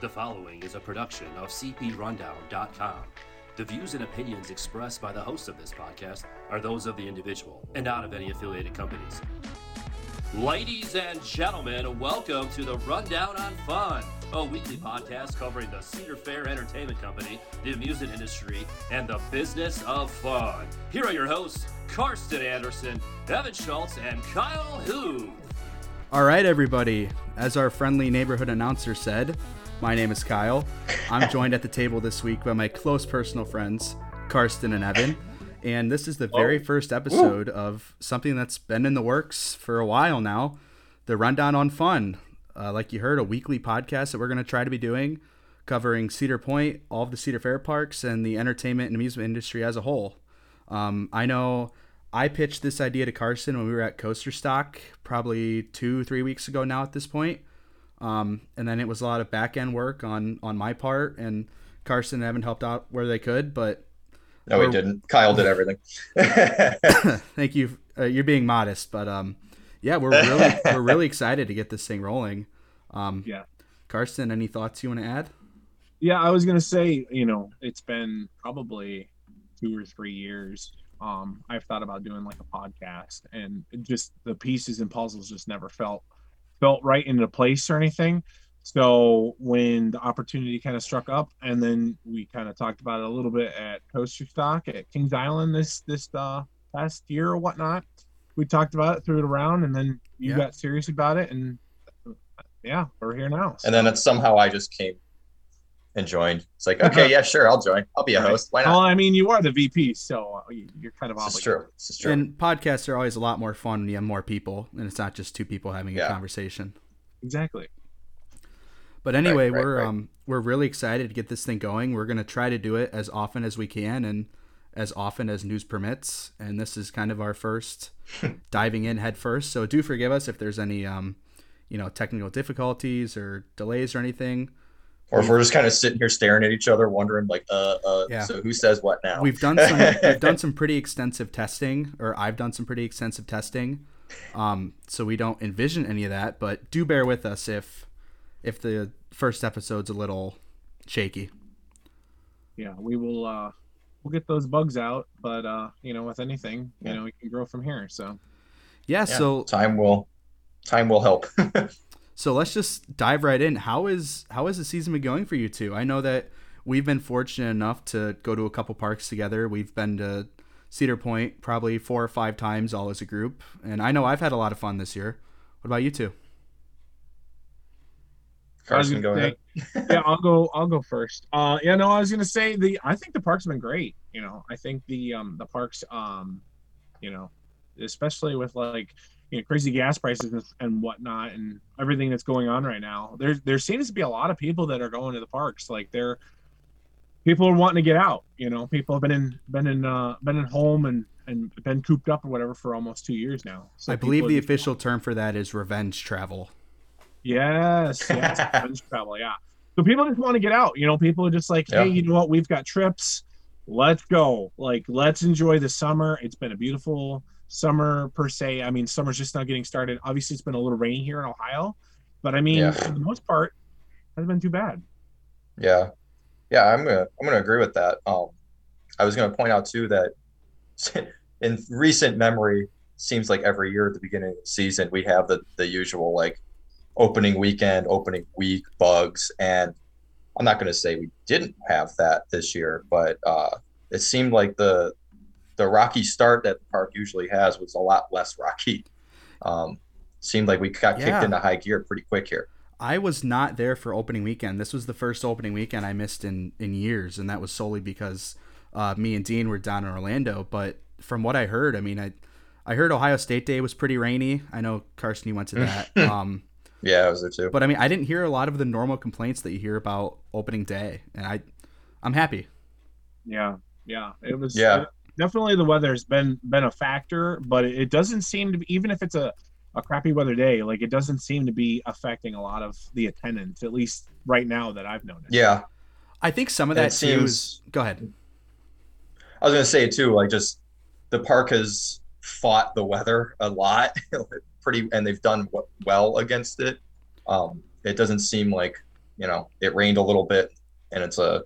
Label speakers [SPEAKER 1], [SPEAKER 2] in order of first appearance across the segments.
[SPEAKER 1] The following is a production of CPRundown.com. The views and opinions expressed by the hosts of this podcast are those of the individual and not of any affiliated companies. Ladies and gentlemen, welcome to the Rundown on Fun, a weekly podcast covering the Cedar Fair Entertainment Company, the amusement industry, and the business of fun. Here are your hosts, Karsten Anderson, Evan Schultz, and Kyle Hu.
[SPEAKER 2] All right, everybody. As our friendly neighborhood announcer said, my name is Kyle. I'm joined at the table this week by my close personal friends, Karsten and Evan. And this is the very first episode of something that's been in the works for a while now the Rundown on Fun. Uh, like you heard, a weekly podcast that we're going to try to be doing covering Cedar Point, all of the Cedar Fair parks, and the entertainment and amusement industry as a whole. Um, I know I pitched this idea to Carson when we were at Coaster Stock probably two, three weeks ago now at this point. Um, and then it was a lot of back end work on on my part, and Carson and Evan helped out where they could. But
[SPEAKER 3] No, we
[SPEAKER 2] Or-
[SPEAKER 3] didn't. Kyle did everything.
[SPEAKER 2] thank you, uh, you're being modest. But um, yeah, we're really we're really excited to get this thing rolling. Um,
[SPEAKER 4] Yeah.
[SPEAKER 2] Carson, any thoughts you want to add?
[SPEAKER 4] Yeah, I was gonna say, you know, it's been probably two or three years. Um, I've thought about doing like a podcast, and it just the pieces and puzzles just never felt felt right into place or anything. So when the opportunity kind of struck up, and then we kind of talked about it a little bit at Coaster Stock at Kings Island this this uh, past year or whatnot. We talked about it, threw it around, and then you
[SPEAKER 2] Yeah.
[SPEAKER 4] got serious about it, and uh, yeah, we're here now.
[SPEAKER 3] And then it's somehow I just came and joined. It's like, okay, yeah, sure, I'll join. I'll be a
[SPEAKER 4] Right.
[SPEAKER 3] host. Why
[SPEAKER 4] Well,
[SPEAKER 3] not?
[SPEAKER 4] I mean, you are the VP, so you- you're kind of
[SPEAKER 3] This is
[SPEAKER 4] obligated.
[SPEAKER 3] true. This is true.
[SPEAKER 2] And podcasts are always a lot more fun when you have more people, and it's not just two people having a
[SPEAKER 3] Yeah.
[SPEAKER 2] conversation.
[SPEAKER 4] Exactly.
[SPEAKER 2] But anyway,
[SPEAKER 3] right,
[SPEAKER 2] we're
[SPEAKER 3] right.
[SPEAKER 2] um we're really excited to get this thing going. We're gonna try to do it as often as we can and as often as news permits. And this is kind of our first diving in head first. So do forgive us if there's any um you know technical difficulties or delays or anything.
[SPEAKER 3] or if we're just kind of sitting here staring at each other, wondering, like, uh, uh,
[SPEAKER 2] Yeah.
[SPEAKER 3] so who says what now?
[SPEAKER 2] We've done some we've done some pretty extensive testing, or I've done some pretty extensive testing. Um, so we don't envision any of that, but do bear with us if if the first episode's a little shaky.
[SPEAKER 4] Yeah, we will. uh We'll get those bugs out, but uh, you know, with anything,
[SPEAKER 3] Yeah.
[SPEAKER 4] you know, we can grow from here. So
[SPEAKER 2] Yeah,
[SPEAKER 3] Yeah.
[SPEAKER 2] so
[SPEAKER 3] time will, time will help.
[SPEAKER 2] So let's just dive right in. How is how has the season been going for you two? I know that we've been fortunate enough to go to a couple parks together. We've been to Cedar Point probably four or five times all as a group, and I know I've had a lot of fun this year. What about you two?
[SPEAKER 4] I was
[SPEAKER 3] Carson, go
[SPEAKER 4] gonna
[SPEAKER 3] ahead.
[SPEAKER 4] say- yeah, I'll go. I'll go first. Uh, yeah, no, I was gonna say the. I think the park's been great. You know, I think the um the parks um, you know, especially with like you know crazy gas prices and- and whatnot and everything that's going on right now. There there seems to be a lot of people that are going to the parks. Like they're people are wanting to get out. You know, people have been in been in uh been at home and and been cooped up or whatever for almost two years now. So
[SPEAKER 2] I
[SPEAKER 4] people
[SPEAKER 2] believe
[SPEAKER 4] are
[SPEAKER 2] the
[SPEAKER 4] just-
[SPEAKER 2] official term for that is revenge travel.
[SPEAKER 4] Yes, yes, revenge travel, yeah. So people just want to get out. You know, people are just like, hey,
[SPEAKER 3] Yeah.
[SPEAKER 4] you know what? We've got trips. Let's go. Like, let's enjoy the summer. It's been a beautiful summer per se. I mean, summer's just now getting started. Obviously, it's been a little rainy here in Ohio, but I mean,
[SPEAKER 3] Yeah.
[SPEAKER 4] for the most part, hasn't been too bad.
[SPEAKER 3] Yeah. Yeah, I'm gonna I'm gonna agree with that. Um, I was gonna point out too that in recent memory, seems like every year at the beginning of the season we have the the usual like opening weekend, opening week bugs, and I'm not gonna say we didn't have that this year, but uh, it seemed like the the rocky start that the park usually has was a lot less rocky. Um, seemed like we got kicked
[SPEAKER 2] Yeah.
[SPEAKER 3] into high gear pretty quick here.
[SPEAKER 2] I was not there for opening weekend. This was the first opening weekend I missed in in years, and that was solely because uh, me and Dean were down in Orlando. But from what I heard, I mean, I I heard Ohio State Day was pretty rainy. I know Carson, you went to that. um,
[SPEAKER 3] Yeah, I was there too.
[SPEAKER 2] but I mean, I didn't hear a lot of the normal complaints that you hear about opening day, and I I'm happy.
[SPEAKER 4] Yeah, yeah. It was
[SPEAKER 3] Yeah.
[SPEAKER 4] definitely the weather's been been a factor, but it doesn't seem to be even if it's a a crappy weather day, like it doesn't seem to be affecting a lot of the attendance, at least right now that I've noticed.
[SPEAKER 3] Yeah.
[SPEAKER 2] I think some of
[SPEAKER 3] And
[SPEAKER 2] that
[SPEAKER 3] it
[SPEAKER 2] too is go ahead.
[SPEAKER 3] I was gonna say too, like just the park has fought the weather a lot, pretty, and they've done w- well against it. Um, it doesn't seem like you know it rained a little bit and it's a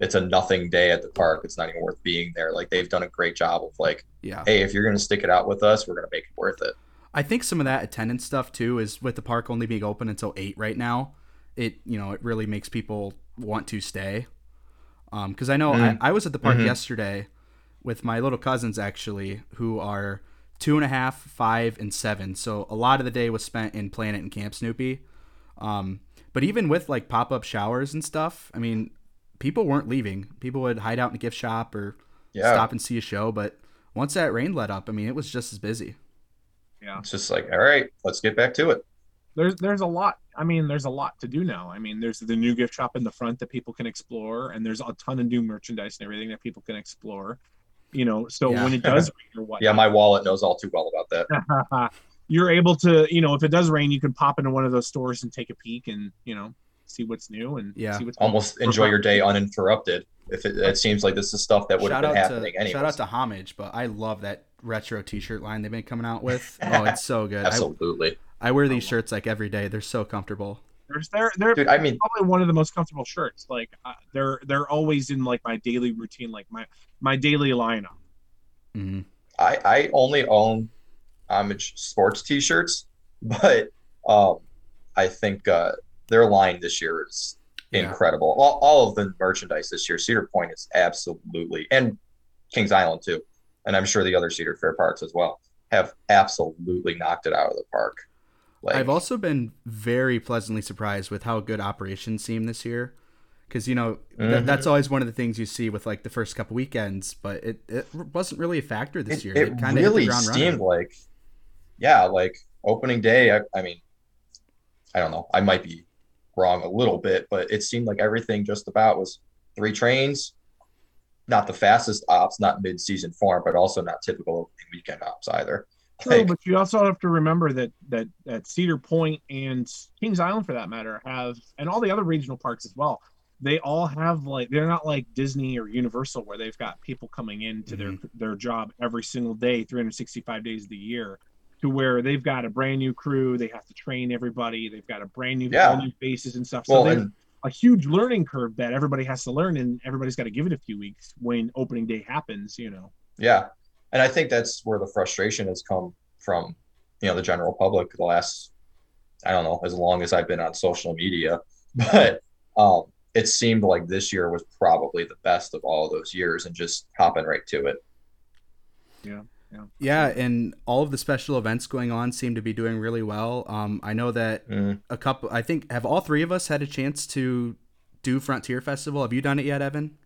[SPEAKER 3] it's a nothing day at the park it's not even worth being there like they've done a great job of like
[SPEAKER 2] Yeah.
[SPEAKER 3] hey if you're gonna stick it out with us we're gonna make it worth it
[SPEAKER 2] I think some of that attendance stuff too is with the park only being open until eight right now. It you know it really makes people want to stay. Um, because I know
[SPEAKER 3] Mm.
[SPEAKER 2] I, I was at the park
[SPEAKER 3] Mhm.
[SPEAKER 2] yesterday with my little cousins actually, who are two and a half, five, and seven. So a lot of the day was spent in Planet and Camp Snoopy. Um, but even with like pop up showers and stuff, I mean, people weren't leaving. People would hide out in a gift shop or
[SPEAKER 3] yeah
[SPEAKER 2] stop and see a show. But once that rain let up, I mean, it was just as busy.
[SPEAKER 3] it's just like all right let's get back to it
[SPEAKER 4] there's there's a lot i mean there's a lot to do now i mean there's the new gift shop in the front that people can explore and there's a ton of new merchandise and everything that people can explore you know so
[SPEAKER 2] Yeah.
[SPEAKER 4] when it does rain or what
[SPEAKER 3] yeah my wallet knows all too well about that
[SPEAKER 4] you're able to you know if it does rain you can pop into one of those stores and take a peek and you know see what's new and
[SPEAKER 2] Yeah.
[SPEAKER 4] see what's
[SPEAKER 3] almost enjoy your day uninterrupted if it, it seems like this is stuff that would have
[SPEAKER 2] shout
[SPEAKER 3] been
[SPEAKER 2] out
[SPEAKER 3] happening
[SPEAKER 2] to
[SPEAKER 3] anyway
[SPEAKER 2] shout out to homage but i love that retro t-shirt line they've been coming out with oh it's so good I,
[SPEAKER 3] absolutely Oh,
[SPEAKER 2] I wear these shirts like every day they're so comfortable
[SPEAKER 4] There's- they're, they're
[SPEAKER 3] dude i mean
[SPEAKER 4] probably one of the most comfortable shirts like uh, they're they're always in like my daily routine like my my daily lineup
[SPEAKER 2] Mhm.
[SPEAKER 3] I, I only own homage sports t-shirts, but um, I think uh, their line this year is
[SPEAKER 2] Yeah.
[SPEAKER 3] incredible. All, all of the merchandise this year, Cedar Point is absolutely, and Kings Island too, and I'm sure the other Cedar Fair parks as well have absolutely knocked it out of the park. Like,
[SPEAKER 2] i've also been very pleasantly surprised with how good operations seem this year because you know th-
[SPEAKER 3] Mhm.
[SPEAKER 2] that's always one of the things you see with like the first couple weekends but it, it wasn't really a factor this
[SPEAKER 3] it,
[SPEAKER 2] year
[SPEAKER 3] it
[SPEAKER 2] kinda hit the
[SPEAKER 3] really
[SPEAKER 2] ground running.
[SPEAKER 3] seemed like, yeah, like opening day. I, I mean, I don't know. I might be wrong a little bit, but it seemed like everything just about was three trains, not the fastest ops, not mid-season form, but also not typical opening weekend ops either.
[SPEAKER 4] True,
[SPEAKER 3] Like,
[SPEAKER 4] but you also have to remember that that that Cedar Point and Kings Island, for that matter, have and all the other regional parks as well. They all have like they're not like Disney or Universal where they've got people coming into
[SPEAKER 3] Mm-hmm.
[SPEAKER 4] their their job every single day, 365 days of the year, to where they've got a brand new crew, they have to train everybody, they've got a brand new
[SPEAKER 3] Yeah.
[SPEAKER 4] all new faces and stuff. So
[SPEAKER 3] well,
[SPEAKER 4] there's
[SPEAKER 3] and
[SPEAKER 4] a huge learning curve that everybody has to learn, and everybody's got to give it a few weeks when opening day happens. You know,
[SPEAKER 3] Yeah. And I think that's where the frustration has come from, you know, the general public the last, I don't know, as long as I've been on social media. But um, it seemed like this year was probably the best of all those years and just hopping right to it.
[SPEAKER 2] yeah and all of the special events going on seem to be doing really well um, i know that
[SPEAKER 3] Mm.
[SPEAKER 2] a couple i think have all three of us had a chance to do frontier festival have you done it yet evan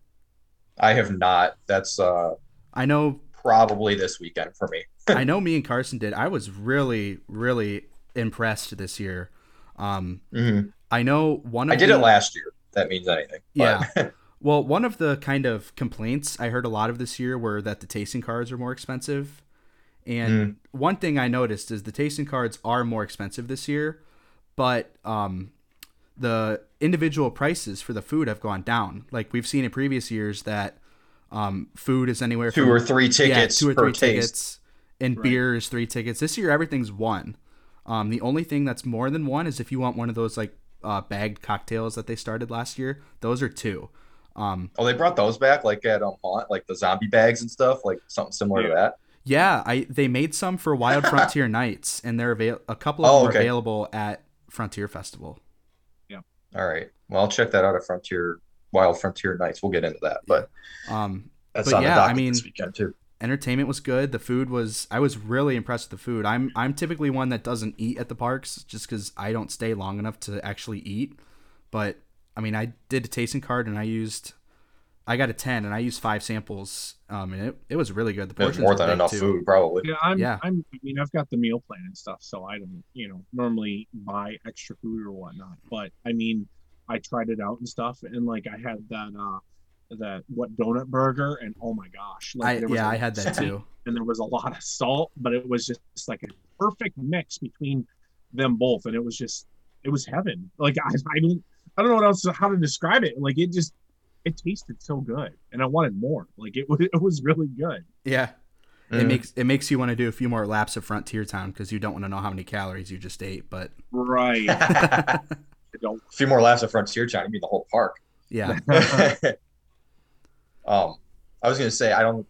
[SPEAKER 3] I have not. That's uh,
[SPEAKER 2] i know
[SPEAKER 3] probably this weekend for me.
[SPEAKER 2] i know me and carson did i was really really impressed this year um i know one of
[SPEAKER 3] I did it
[SPEAKER 2] the-
[SPEAKER 3] last year. if That means anything.
[SPEAKER 2] Yeah.
[SPEAKER 3] But-
[SPEAKER 2] well one of the kind of complaints i heard a lot of this year were that the tasting cards are more expensive and
[SPEAKER 3] Hmm.
[SPEAKER 2] one thing i noticed is the tasting cards are more expensive this year but um the individual prices for the food have gone down like we've seen in previous years that um food is anywhere
[SPEAKER 3] two
[SPEAKER 2] from
[SPEAKER 3] or three tickets
[SPEAKER 2] yeah, two or
[SPEAKER 3] per
[SPEAKER 2] three
[SPEAKER 3] taste.
[SPEAKER 2] tickets, and
[SPEAKER 4] Right.
[SPEAKER 2] beer is three tickets. This year, everything's one. Um, the only thing that's more than one is if you want one of those like uh, bagged cocktails that they started last year. Those are two. Um,
[SPEAKER 3] Oh, they brought those back like at um, Haunt, like the zombie bags and stuff, like something similar to
[SPEAKER 4] Yeah.
[SPEAKER 3] that.
[SPEAKER 2] yeah, I they made some for Wild Frontier Nights, and they're avail- a couple of
[SPEAKER 3] Oh,
[SPEAKER 2] them
[SPEAKER 3] okay.
[SPEAKER 2] are available at Frontier Festival.
[SPEAKER 3] All right. Well, I'll check that out at Frontier Wild Frontier Nights. We'll get into that, but
[SPEAKER 2] Um,
[SPEAKER 3] that's
[SPEAKER 2] But
[SPEAKER 3] on
[SPEAKER 2] yeah,
[SPEAKER 3] the
[SPEAKER 2] I
[SPEAKER 3] docket this
[SPEAKER 2] mean-
[SPEAKER 3] weekend too.
[SPEAKER 2] entertainment was good. The food was I was really impressed with the food. I'm I'm typically one that doesn't eat at the parks just cuz I don't stay long enough to actually eat. But I mean, I did a tasting card and I used I got a 10 and I used 5 samples um and it, it was really good. The
[SPEAKER 3] There's
[SPEAKER 2] portions
[SPEAKER 3] more
[SPEAKER 2] were
[SPEAKER 3] than
[SPEAKER 2] big,
[SPEAKER 3] enough
[SPEAKER 2] too.
[SPEAKER 3] food, probably.
[SPEAKER 4] Yeah, I'm.
[SPEAKER 2] Yeah.
[SPEAKER 4] I'm. I mean, I've got the meal plan and stuff, so I don't, you know, normally buy extra food or whatnot. But I mean, I tried it out and stuff, and like I had that, uh that what donut burger, and oh my gosh, like
[SPEAKER 2] I,
[SPEAKER 4] there was
[SPEAKER 2] yeah,
[SPEAKER 4] a-
[SPEAKER 2] I had that too.
[SPEAKER 4] and there was a lot of salt, but it was just like a perfect mix between them both, and it was just, it was heaven. Like I, I don't, I don't know what else how to describe it. Like it just, it tasted so good, and I wanted more. Like it was, it was really good.
[SPEAKER 2] Yeah. It
[SPEAKER 3] Mm.
[SPEAKER 2] makes it makes you want to do a few more laps of Frontier Town cuz you don't want to know how many calories you just ate, but
[SPEAKER 4] Right. don't.
[SPEAKER 3] A few more laps at Frontier, John. You mean the whole park?
[SPEAKER 2] Yeah.
[SPEAKER 3] um, I was gonna say I don't.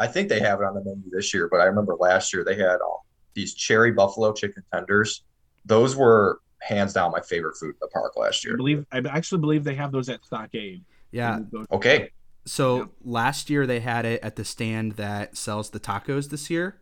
[SPEAKER 3] I think they have it on the menu this year, but I remember last year they had um, these cherry buffalo chicken tenders. Those were hands down my favorite food in the park last
[SPEAKER 4] I
[SPEAKER 3] year.
[SPEAKER 4] believe I actually believe they have those at Stockade.
[SPEAKER 2] Yeah.
[SPEAKER 4] Those-
[SPEAKER 3] Okay,
[SPEAKER 2] So
[SPEAKER 4] Yeah.
[SPEAKER 2] last year they had it at the stand that sells the tacos this year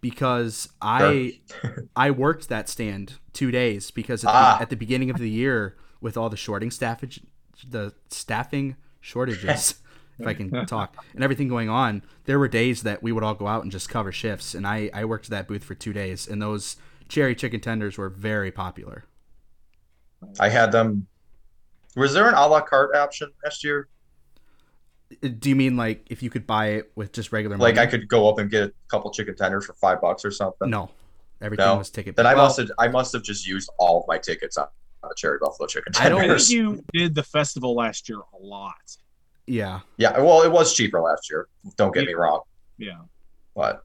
[SPEAKER 2] because I I worked that stand 2 days because at the,
[SPEAKER 3] Ah.
[SPEAKER 2] at the beginning of the year with all the shorting staffage the staffing shortages if I can talk and everything going on there were days that we would all go out and just cover shifts and I I worked that booth for 2 days and those cherry chicken tenders were very popular.
[SPEAKER 3] I had them. Was there an a la carte option last year?
[SPEAKER 2] Uh, Do you mean like if you could buy it with just regular
[SPEAKER 3] Like I
[SPEAKER 2] money?
[SPEAKER 3] could go up and get a couple chicken tenders for five bucks or something.
[SPEAKER 2] No. Everything
[SPEAKER 3] No.
[SPEAKER 2] was ticket
[SPEAKER 3] Then I
[SPEAKER 2] well,
[SPEAKER 3] must have I must have just used all of my tickets on, on the cherry buffalo chicken
[SPEAKER 2] I don't-
[SPEAKER 4] I think
[SPEAKER 3] tenders.
[SPEAKER 4] you did the festival last year a lot.
[SPEAKER 2] Yeah.
[SPEAKER 3] yeah, well, it was cheaper last year. Don't get me wrong,
[SPEAKER 4] Yeah.
[SPEAKER 3] but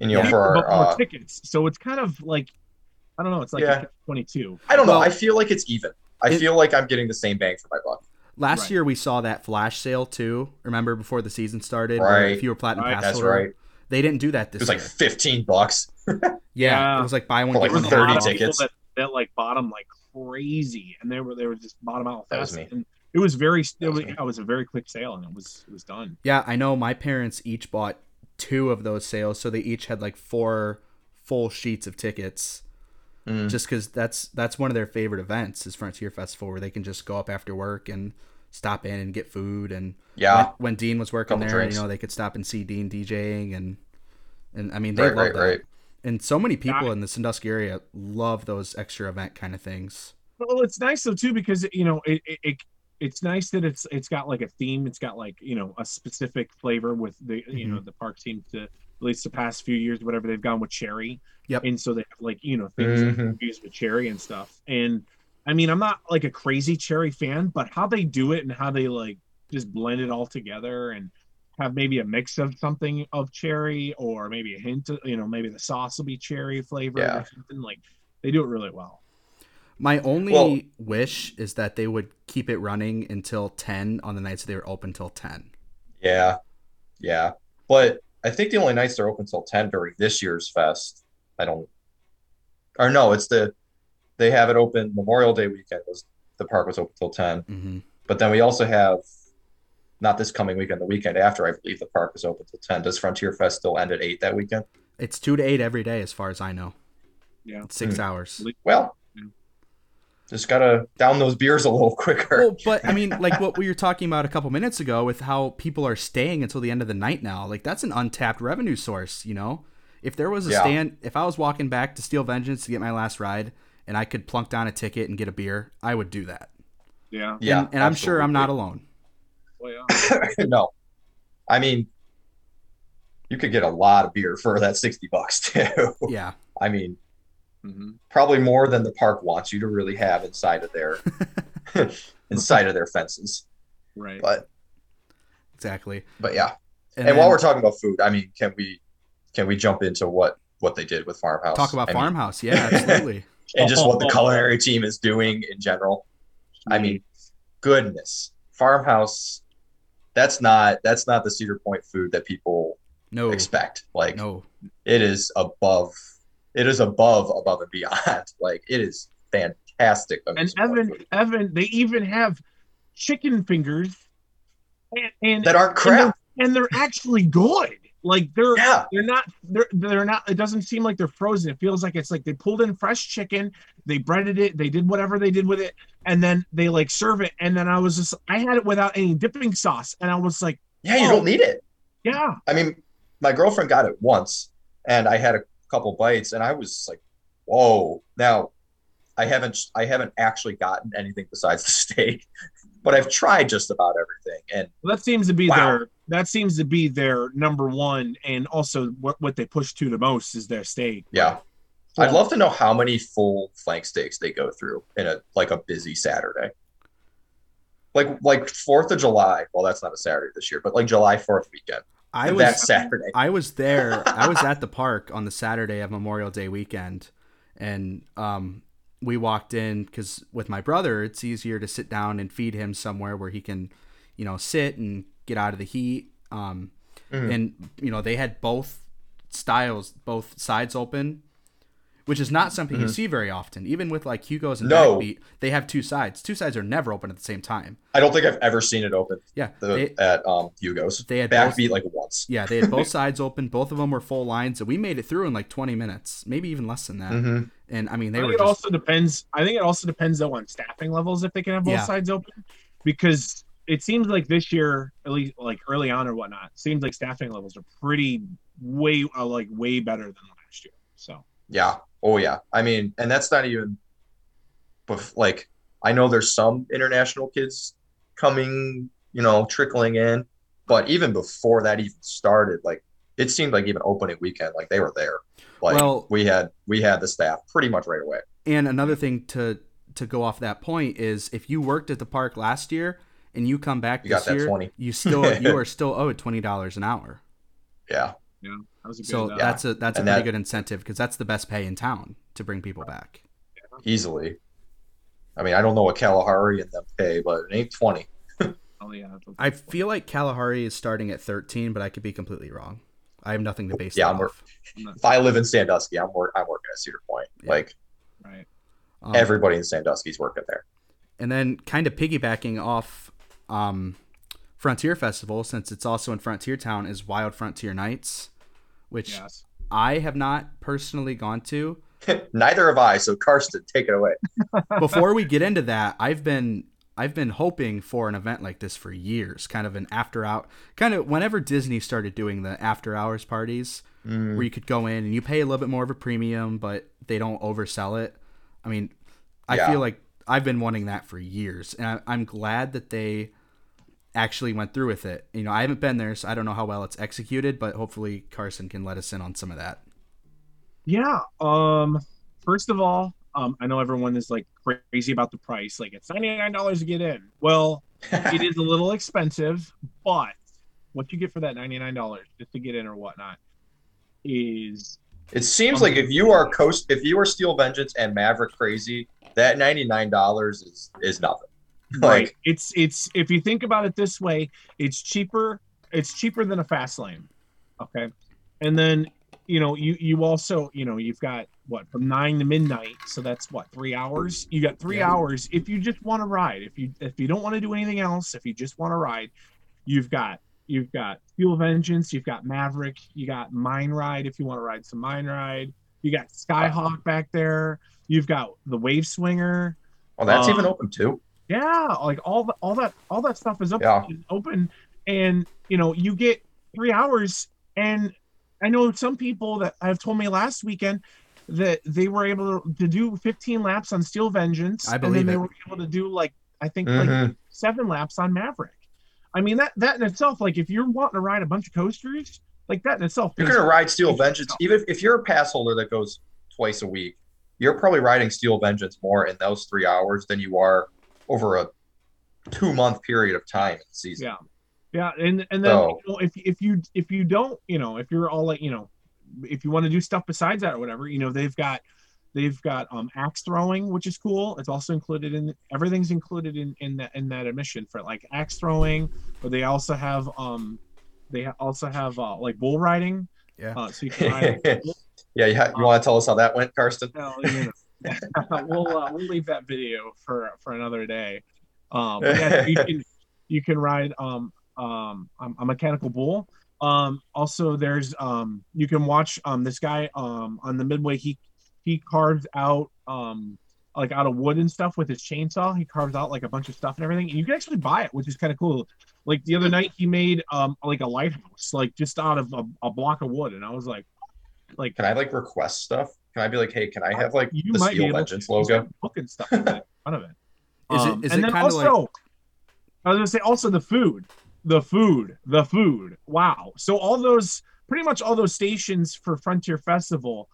[SPEAKER 3] and you know
[SPEAKER 2] Yeah.
[SPEAKER 3] for our,
[SPEAKER 4] but more
[SPEAKER 3] uh,
[SPEAKER 4] tickets. So it's kind of like I don't know. It's like
[SPEAKER 3] Yeah.
[SPEAKER 4] a twenty-two.
[SPEAKER 3] I don't know.
[SPEAKER 2] Well-
[SPEAKER 3] I feel like it's even. I
[SPEAKER 2] It-
[SPEAKER 3] feel like I'm getting the same bang for my buck.
[SPEAKER 2] Last
[SPEAKER 4] Right.
[SPEAKER 2] year we saw that flash sale too. Remember before the season started, where
[SPEAKER 3] Right.
[SPEAKER 2] if you were platinum
[SPEAKER 4] Right,
[SPEAKER 2] pass
[SPEAKER 3] That's
[SPEAKER 2] holder,
[SPEAKER 3] right.
[SPEAKER 2] they didn't do that
[SPEAKER 3] It
[SPEAKER 2] this
[SPEAKER 3] was
[SPEAKER 2] year.
[SPEAKER 3] like 15 bucks.
[SPEAKER 2] yeah,
[SPEAKER 4] Yeah.
[SPEAKER 2] it was like buy one
[SPEAKER 3] For
[SPEAKER 2] get
[SPEAKER 3] like
[SPEAKER 4] There
[SPEAKER 2] one
[SPEAKER 4] was a
[SPEAKER 3] 30
[SPEAKER 4] lot of
[SPEAKER 2] free.
[SPEAKER 3] tickets.
[SPEAKER 4] people that, that like bottom like crazy, and they were they were just bottom out
[SPEAKER 3] That was
[SPEAKER 4] fast.
[SPEAKER 3] me.
[SPEAKER 4] And it was very
[SPEAKER 3] That
[SPEAKER 4] it
[SPEAKER 3] was
[SPEAKER 4] was,
[SPEAKER 3] me.
[SPEAKER 4] yeah, it was a very quick sale, and it was it was done.
[SPEAKER 2] Yeah, I know. My parents each bought two of those sales, so they each had like four full sheets of tickets.
[SPEAKER 3] Mm.
[SPEAKER 2] Just because that's that's one of their favorite events is Frontier Festival, where they can just go up after work and stop in and get food. And
[SPEAKER 3] Yeah.
[SPEAKER 2] when, when Dean was working
[SPEAKER 3] Couple
[SPEAKER 2] there,
[SPEAKER 3] drinks.
[SPEAKER 2] you know, they could stop and see Dean DJing and and I mean they
[SPEAKER 3] Right,
[SPEAKER 2] love
[SPEAKER 3] right,
[SPEAKER 2] that.
[SPEAKER 3] right.
[SPEAKER 2] And so many people
[SPEAKER 4] Yeah.
[SPEAKER 2] in the Sandusky area love those extra event kind of things.
[SPEAKER 4] Well, it's nice though too because you know it, it, it it's nice that it's it's got like a theme. It's got like you know a specific flavor with the you know the park seems to at least the past few years whatever they've gone with cherry.
[SPEAKER 2] Yep.
[SPEAKER 4] And so they have like you know things like
[SPEAKER 3] Mhm.
[SPEAKER 4] infused with cherry and stuff. And I mean I'm not like a crazy cherry fan, but how they do it and how they like just blend it all together and have maybe a mix of something of cherry or maybe a hint of, you know maybe the sauce will be cherry flavored
[SPEAKER 3] Yeah.
[SPEAKER 4] or something like they do it really well.
[SPEAKER 2] My only
[SPEAKER 3] Well-
[SPEAKER 2] wish is that they would keep it running until 10 on the nights they were open till 10.
[SPEAKER 3] Yeah. Yeah. But I think the only nights they're open till 10 during this year's fest. I don't, or no, it's the, they have it open Memorial Day weekend. Was The park was open till 10.
[SPEAKER 2] hmm
[SPEAKER 3] But then we also have, not this coming weekend, the weekend after, I believe the park is open till 10. Does Frontier Fest still end at 8 that weekend?
[SPEAKER 2] It's two to eight every day, as far as I know.
[SPEAKER 4] Yeah.
[SPEAKER 2] It's six hours.
[SPEAKER 3] Well,
[SPEAKER 4] Yeah.
[SPEAKER 3] just got to down those beers a little quicker.
[SPEAKER 2] Well, but I mean, like what we were talking about a couple minutes ago with how people are staying until the end of the night now. Like that's an untapped revenue source, you know. If there was a
[SPEAKER 3] Yeah.
[SPEAKER 2] stand, if I was walking back to Steel Vengeance to get my last ride, and I could plunk down a ticket and get a beer, I would do that.
[SPEAKER 4] Yeah.
[SPEAKER 3] yeah.
[SPEAKER 2] and, and I'm sure I'm not
[SPEAKER 3] absolutely.
[SPEAKER 2] alone.
[SPEAKER 4] Well, yeah.
[SPEAKER 3] no. I mean, you could get a lot of beer for that 60 bucks too.
[SPEAKER 2] Yeah.
[SPEAKER 3] I mean,
[SPEAKER 4] Mm-hmm.
[SPEAKER 3] probably more than the park wants you to really have inside of their inside of their fences.
[SPEAKER 4] Right.
[SPEAKER 3] But
[SPEAKER 2] Exactly.
[SPEAKER 3] but yeah. And, while
[SPEAKER 2] then
[SPEAKER 3] we're talking about food, I mean, can we can we jump into what what they did with Farmhouse?
[SPEAKER 2] talk about
[SPEAKER 3] I mean,
[SPEAKER 2] farmhouse, yeah, absolutely.
[SPEAKER 3] and just what the culinary team is doing in general. I mean, goodness. Farmhouse that's not that's not the Cedar Point food that people
[SPEAKER 2] No,
[SPEAKER 3] expect. Like
[SPEAKER 2] no,
[SPEAKER 3] it is above it is above above and beyond like it is fantastic
[SPEAKER 4] and
[SPEAKER 3] amazing
[SPEAKER 4] Evan,
[SPEAKER 3] food.
[SPEAKER 4] Evan, they even have chicken fingers, and and,
[SPEAKER 3] that aren't crap
[SPEAKER 4] and they're actually good. Like they're
[SPEAKER 3] yeah
[SPEAKER 4] they're not they're they're not. It doesn't seem like they're frozen. It feels like it's like they pulled in fresh chicken, they breaded it, they did whatever they did with it, and then they like serve it. And then I was just I had it without any dipping sauce, and I was like,
[SPEAKER 3] yeah you don't need it
[SPEAKER 4] yeah,
[SPEAKER 3] i mean my girlfriend got it once and i had a couple bites and i was like whoa now i haven't i haven't actually gotten anything besides the steak but i've tried just about everything and
[SPEAKER 4] Well, that seems to be
[SPEAKER 3] Wow.
[SPEAKER 4] their that seems to be their number one, and also what what they push to the most is their steak.
[SPEAKER 3] yeah i'd love to know how many full flank steaks they go through in a like a busy saturday like like fourth of july well that's not a saturday this year but like july 4th weekend
[SPEAKER 2] I was,
[SPEAKER 3] that saturday
[SPEAKER 2] I was there. I was at the park on the Saturday of Memorial Day weekend, and um, we walked in because with my brother, it's easier to sit down and feed him somewhere where he can, you know, sit and get out of the heat. Um,
[SPEAKER 3] Mhm.
[SPEAKER 2] And you know, they had both styles, both sides open, which is not something you
[SPEAKER 3] Mhm.
[SPEAKER 2] see very often. Even with like Hugo's and
[SPEAKER 3] No.
[SPEAKER 2] Backbeat, they have two sides. Two sides are never open at the same time.
[SPEAKER 3] I don't think I've ever seen it open
[SPEAKER 2] Yeah,
[SPEAKER 3] the,
[SPEAKER 2] they,
[SPEAKER 3] at um, Hugo's.
[SPEAKER 2] they had both,
[SPEAKER 3] Backbeat like once.
[SPEAKER 2] yeah, they had both sides open. Both of them were full lines, and we made it through in like 20 minutes, maybe even less than that.
[SPEAKER 3] hmm
[SPEAKER 2] And I mean, they
[SPEAKER 4] I think
[SPEAKER 2] were
[SPEAKER 4] it
[SPEAKER 2] just,
[SPEAKER 4] also depends. I think it also depends though on staffing levels if they can have both
[SPEAKER 2] Yeah.
[SPEAKER 4] sides open, because it seems like this year, at least like early on or whatnot, seems like staffing levels are pretty way are like way better than last year. So
[SPEAKER 3] Yeah. Oh yeah. I mean, and that's not even bef- like I know there's some international kids coming, you know, trickling in, but even before that even started, like it seemed like even opening weekend, like they were there. Like
[SPEAKER 2] Well-
[SPEAKER 3] we had we had the staff pretty much right away.
[SPEAKER 2] And another thing to to go off that point is if you worked at the park last year and you come back
[SPEAKER 3] You got
[SPEAKER 2] this
[SPEAKER 3] that
[SPEAKER 2] year,
[SPEAKER 3] 20.
[SPEAKER 2] you still you are still owed twenty dollars an hour.
[SPEAKER 3] Yeah.
[SPEAKER 4] that was a good.
[SPEAKER 2] So
[SPEAKER 4] uh,
[SPEAKER 2] that's a that's a
[SPEAKER 3] And
[SPEAKER 2] pretty
[SPEAKER 3] that-
[SPEAKER 2] good incentive because that's the best pay in town to bring people back.
[SPEAKER 3] Easily. I mean, I don't know what Kalahari and them pay, but it ain't twenty.
[SPEAKER 4] oh, yeah, that's
[SPEAKER 2] I feel like Kalahari is starting at thirteen, but I could be completely wrong. I have nothing to base
[SPEAKER 3] Oh, Yeah,
[SPEAKER 2] that
[SPEAKER 3] we're-
[SPEAKER 2] off.
[SPEAKER 3] If I live in Sandusky, I'm work I'm working at Cedar Point.
[SPEAKER 2] Yeah.
[SPEAKER 3] Like
[SPEAKER 4] right.
[SPEAKER 2] Um,
[SPEAKER 3] everybody in Sandusky's working there.
[SPEAKER 2] and then kind of piggybacking off um, Frontier Festival, since it's also in Frontier Town, is Wild Frontier Nights, which
[SPEAKER 4] Yes.
[SPEAKER 2] I have not personally gone to.
[SPEAKER 3] Neither have I, so Karsten, take it away.
[SPEAKER 2] Before we get into that, I've been I've been hoping for an event like this for years, kind of an after out kind of whenever Disney started doing the after hours parties
[SPEAKER 3] Mm.
[SPEAKER 2] where you could go in and you pay a little bit more of a premium, but they don't oversell it. I mean, I
[SPEAKER 3] Yeah.
[SPEAKER 2] feel like I've been wanting that for years, and I, I'm glad that they actually went through with it. You know, I haven't been there, so I don't know how well it's executed, but hopefully Carson can let us in on some of that.
[SPEAKER 4] Yeah. Um. First of all, um, I know everyone is like crazy about the price. Like it's ninety nine dollars to get in. Well, it is a little expensive, but what you get for that ninety nine dollars just to get in or whatnot is
[SPEAKER 3] It seems like if you are coast, if you are Steel Vengeance and Maverick Crazy, that ninety nine dollars is is nothing.
[SPEAKER 4] right.
[SPEAKER 3] Like
[SPEAKER 4] It's it's if you think about it this way, it's cheaper. It's cheaper than a fast lane. Okay, and then you know you you also you know you've got what from nine to midnight, so that's what three hours. You got three
[SPEAKER 2] Yeah.
[SPEAKER 4] hours if you just want to ride. If you if you don't want to do anything else, if you just want to ride, you've got you've got Fuel Vengeance, you've got Maverick, you got Mine Ride if you want to ride some Mine Ride. You got Skyhawk back there. You've got the Wave Swinger.
[SPEAKER 3] oh, that's
[SPEAKER 4] Uh,
[SPEAKER 3] even open too.
[SPEAKER 4] Yeah, like all the, all that all that stuff is open,
[SPEAKER 3] Yeah.
[SPEAKER 4] is open, and you know you get three hours. And I know some people that have told me last weekend that they were able to, to do 15 laps on Steel Vengeance,
[SPEAKER 2] I
[SPEAKER 4] and
[SPEAKER 2] believe
[SPEAKER 4] then they
[SPEAKER 2] it.
[SPEAKER 4] were able to do like I think like
[SPEAKER 3] Mhm.
[SPEAKER 4] seven laps on Maverick. I mean that that in itself, like if you're wanting to ride a bunch of coasters, like that in itself,
[SPEAKER 3] You're
[SPEAKER 4] pays-
[SPEAKER 3] gonna ride Steel Vengeance, even if, if you're a pass holder that goes twice a week. You're probably riding Steel Vengeance more in those three hours than you are over a two month period of time in the season.
[SPEAKER 4] Yeah, yeah, and and then
[SPEAKER 3] So-
[SPEAKER 4] you know, if if you if you don't, you know, if you're all like, you know, if you want to do stuff besides that or whatever, you know, they've got they've got um axe throwing, which is cool. It's also included in everything's included in in that in that admission for like axe throwing, but they also have um they also have uh like bull riding.
[SPEAKER 2] Yeah.
[SPEAKER 4] Uh, so you can ride. a bull.
[SPEAKER 3] Yeah, you, ha- you want to tell us how that went, Karsten?
[SPEAKER 4] Well, you know, we'll uh, we'll leave that video for for another day. Um, but yeah, you can you can ride um um a- a mechanical bull. Um, also there's um you can watch um this guy um on the midway he he carves out um like out of wood and stuff with his chainsaw. He carves out like a bunch of stuff and everything. And you can actually buy it, which is kind of cool. Like the other night, he made um like a lighthouse, like just out of a, a block of wood, and I was like, like
[SPEAKER 3] Can I like request stuff? Can I be like, hey, can I have like
[SPEAKER 4] you
[SPEAKER 3] the
[SPEAKER 4] might be
[SPEAKER 3] Steel
[SPEAKER 4] able
[SPEAKER 3] Vengeance
[SPEAKER 4] to
[SPEAKER 3] logo?
[SPEAKER 4] booking stuff like that in front of it.
[SPEAKER 2] Is it-
[SPEAKER 4] Um,
[SPEAKER 2] is
[SPEAKER 4] and
[SPEAKER 2] it
[SPEAKER 4] then
[SPEAKER 2] kinda
[SPEAKER 4] also,
[SPEAKER 2] like-
[SPEAKER 4] I was gonna say also the food, the food, the food. Wow! So all those, pretty much all those stations for Frontier Festival,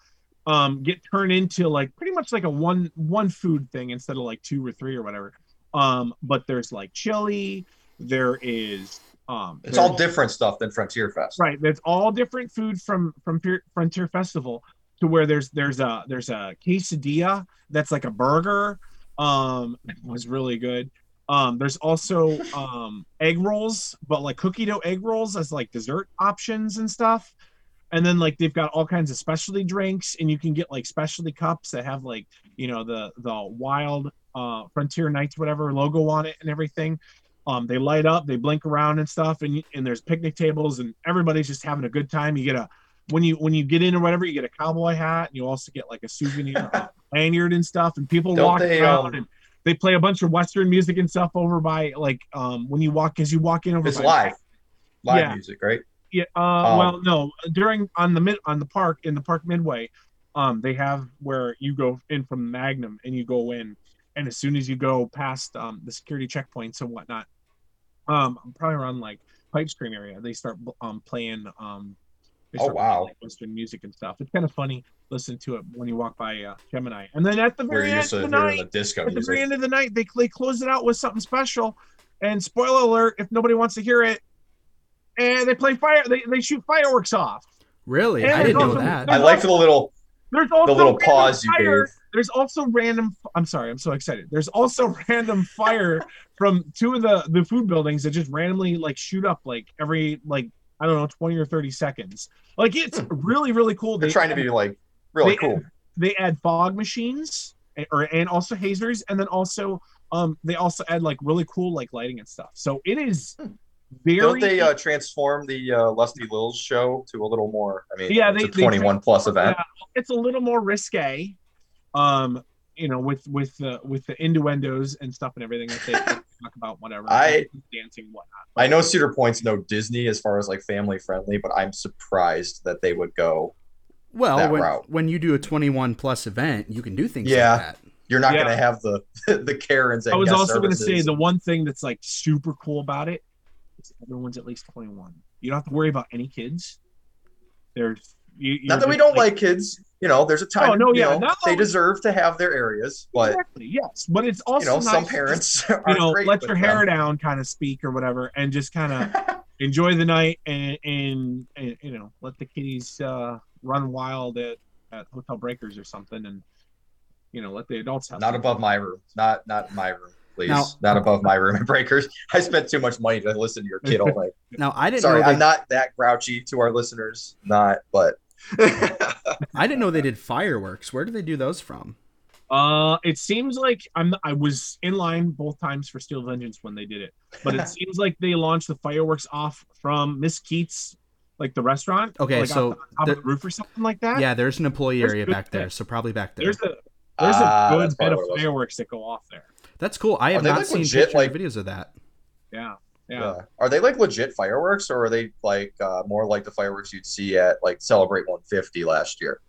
[SPEAKER 4] um, get turned into like pretty much like a one one food thing instead of like two or three or whatever. Um, but there's like chili. There is um.
[SPEAKER 3] It's all
[SPEAKER 4] there's-
[SPEAKER 3] different stuff than Frontier Fest.
[SPEAKER 4] Right. That's all different food from from Pier- Frontier Festival. to where there's there's a there's a quesadilla that's like a burger. Um, it was really good. Um, there's also um egg rolls, but like cookie dough egg rolls as like dessert options and stuff. And then like they've got all kinds of specialty drinks, and you can get like specialty cups that have like you know the the wild uh frontier knights whatever logo on it and everything. Um, they light up, they blink around and stuff, and and there's picnic tables, and everybody's just having a good time. You get a when you when you get in or whatever, you get a cowboy hat, and you also get like a souvenir lanyard and stuff, and people
[SPEAKER 3] Don't
[SPEAKER 4] walk
[SPEAKER 3] they,
[SPEAKER 4] around
[SPEAKER 3] um,
[SPEAKER 4] and they play a bunch of western music and stuff over by like um when you walk as you walk in over
[SPEAKER 3] It's
[SPEAKER 4] by-
[SPEAKER 3] live, live
[SPEAKER 4] Yeah.
[SPEAKER 3] music, right?
[SPEAKER 4] yeah uh
[SPEAKER 3] Um,
[SPEAKER 4] well no during on the mid on the park in the park midway um they have where you go in from magnum and you go in and as soon as you go past um the security checkpoints and whatnot um probably around like pipe stream area they start um playing um they
[SPEAKER 3] Oh,
[SPEAKER 4] start playing,
[SPEAKER 3] wow.
[SPEAKER 4] like, western music and stuff it's kind of funny listen to it when you walk by uh, gemini and then at the
[SPEAKER 3] We're
[SPEAKER 4] very end
[SPEAKER 3] used
[SPEAKER 4] of
[SPEAKER 3] to
[SPEAKER 4] the
[SPEAKER 3] hearing
[SPEAKER 4] night
[SPEAKER 3] the disco
[SPEAKER 4] at the very
[SPEAKER 3] music.
[SPEAKER 4] end of the night, they, they close it out with something special. And spoiler alert, if nobody wants to hear it, and they play fire, they, they shoot fireworks off.
[SPEAKER 2] Really?
[SPEAKER 4] And
[SPEAKER 2] I didn't
[SPEAKER 4] there's
[SPEAKER 2] know
[SPEAKER 4] also-
[SPEAKER 2] that.
[SPEAKER 3] I like the little
[SPEAKER 4] There's also
[SPEAKER 3] the little
[SPEAKER 4] random
[SPEAKER 3] pause you
[SPEAKER 4] fire-
[SPEAKER 3] gave.
[SPEAKER 4] There's also random. I'm sorry, I'm so excited. There's also random fire from two of the the food buildings that just randomly like shoot up like every like I don't know 20 or 30 seconds. Like it's really really cool.
[SPEAKER 3] Hmm. They're trying to be like really
[SPEAKER 4] they-
[SPEAKER 3] cool.
[SPEAKER 4] they add fog machines and, or and also hazers and then also um they also add like really cool like lighting and stuff so it is
[SPEAKER 3] Hmm.
[SPEAKER 4] very
[SPEAKER 3] Don't they uh, transform the uh, Lusty Lils show to a little more? I mean,
[SPEAKER 4] Yeah,
[SPEAKER 3] it's
[SPEAKER 4] they-
[SPEAKER 3] a
[SPEAKER 4] they
[SPEAKER 3] 21 plus event.
[SPEAKER 4] Yeah, it's a little more risque um you know with with the with the innuendos and stuff and everything that they talk about whatever
[SPEAKER 3] I-
[SPEAKER 4] dancing whatnot
[SPEAKER 3] I know Cedar Point's no Disney as far as like family friendly, but I'm surprised that they would go.
[SPEAKER 2] Well,
[SPEAKER 3] that
[SPEAKER 2] when,
[SPEAKER 3] route.
[SPEAKER 2] when you do a 21 plus event, you can do things
[SPEAKER 3] Yeah.
[SPEAKER 2] like that.
[SPEAKER 3] You're not
[SPEAKER 4] Yeah.
[SPEAKER 3] going to have the the Karens. And
[SPEAKER 4] i was
[SPEAKER 3] guest
[SPEAKER 4] also going to say
[SPEAKER 3] services.
[SPEAKER 4] the one thing that's like super cool about it is everyone's at least 21 you don't have to worry about any kids there's you, you're
[SPEAKER 3] not that we
[SPEAKER 4] just,
[SPEAKER 3] don't like, kids. You know, there's a time.
[SPEAKER 4] Oh, no,
[SPEAKER 3] you
[SPEAKER 4] yeah,
[SPEAKER 3] know,
[SPEAKER 4] not
[SPEAKER 3] they
[SPEAKER 4] always-
[SPEAKER 3] deserve to have their areas, but
[SPEAKER 4] exactly yes but it's
[SPEAKER 3] you
[SPEAKER 4] also
[SPEAKER 3] know, some
[SPEAKER 4] nice to just,
[SPEAKER 3] parents are
[SPEAKER 4] you know
[SPEAKER 3] great
[SPEAKER 4] let
[SPEAKER 3] with
[SPEAKER 4] your hair down kind of speak or whatever and just kind of
[SPEAKER 3] them.
[SPEAKER 4] enjoy the night and, and and you know let the kitties uh run wild at, at hotel breakers or something and you know let the adults have
[SPEAKER 3] not
[SPEAKER 4] fun.
[SPEAKER 3] above my room. Not not my room, please.
[SPEAKER 2] Now-
[SPEAKER 3] not above my room. Breakers. I spent too much money to listen to your kid all night.
[SPEAKER 2] Now, I didn't
[SPEAKER 3] Sorry,
[SPEAKER 2] know they,
[SPEAKER 3] I'm not that grouchy to our listeners. Not, but
[SPEAKER 2] I didn't know they did fireworks. Where do they do those from?
[SPEAKER 4] uh it seems like i'm i was in line both times for steel vengeance when they did it but it seems like they launched the fireworks off from miss keats like the restaurant
[SPEAKER 2] Okay,
[SPEAKER 4] like
[SPEAKER 2] so
[SPEAKER 4] off the, top
[SPEAKER 2] the-
[SPEAKER 4] of the roof or something like that
[SPEAKER 2] Yeah, there's an employee
[SPEAKER 4] There's
[SPEAKER 2] area
[SPEAKER 4] good
[SPEAKER 2] back there, so probably back there.
[SPEAKER 4] there's a there's
[SPEAKER 3] Ah,
[SPEAKER 4] a
[SPEAKER 3] that's
[SPEAKER 4] good
[SPEAKER 3] probably
[SPEAKER 4] bit of
[SPEAKER 3] what it was.
[SPEAKER 4] fireworks that go off there
[SPEAKER 2] That's cool. I have
[SPEAKER 3] they,
[SPEAKER 2] not
[SPEAKER 3] like,
[SPEAKER 2] seen
[SPEAKER 3] legit,
[SPEAKER 2] pictures or
[SPEAKER 3] like-
[SPEAKER 2] videos of that.
[SPEAKER 4] yeah yeah,
[SPEAKER 3] yeah. Are they like legit fireworks, or are they like uh, more like the fireworks you'd see at like Celebrate 150 last year?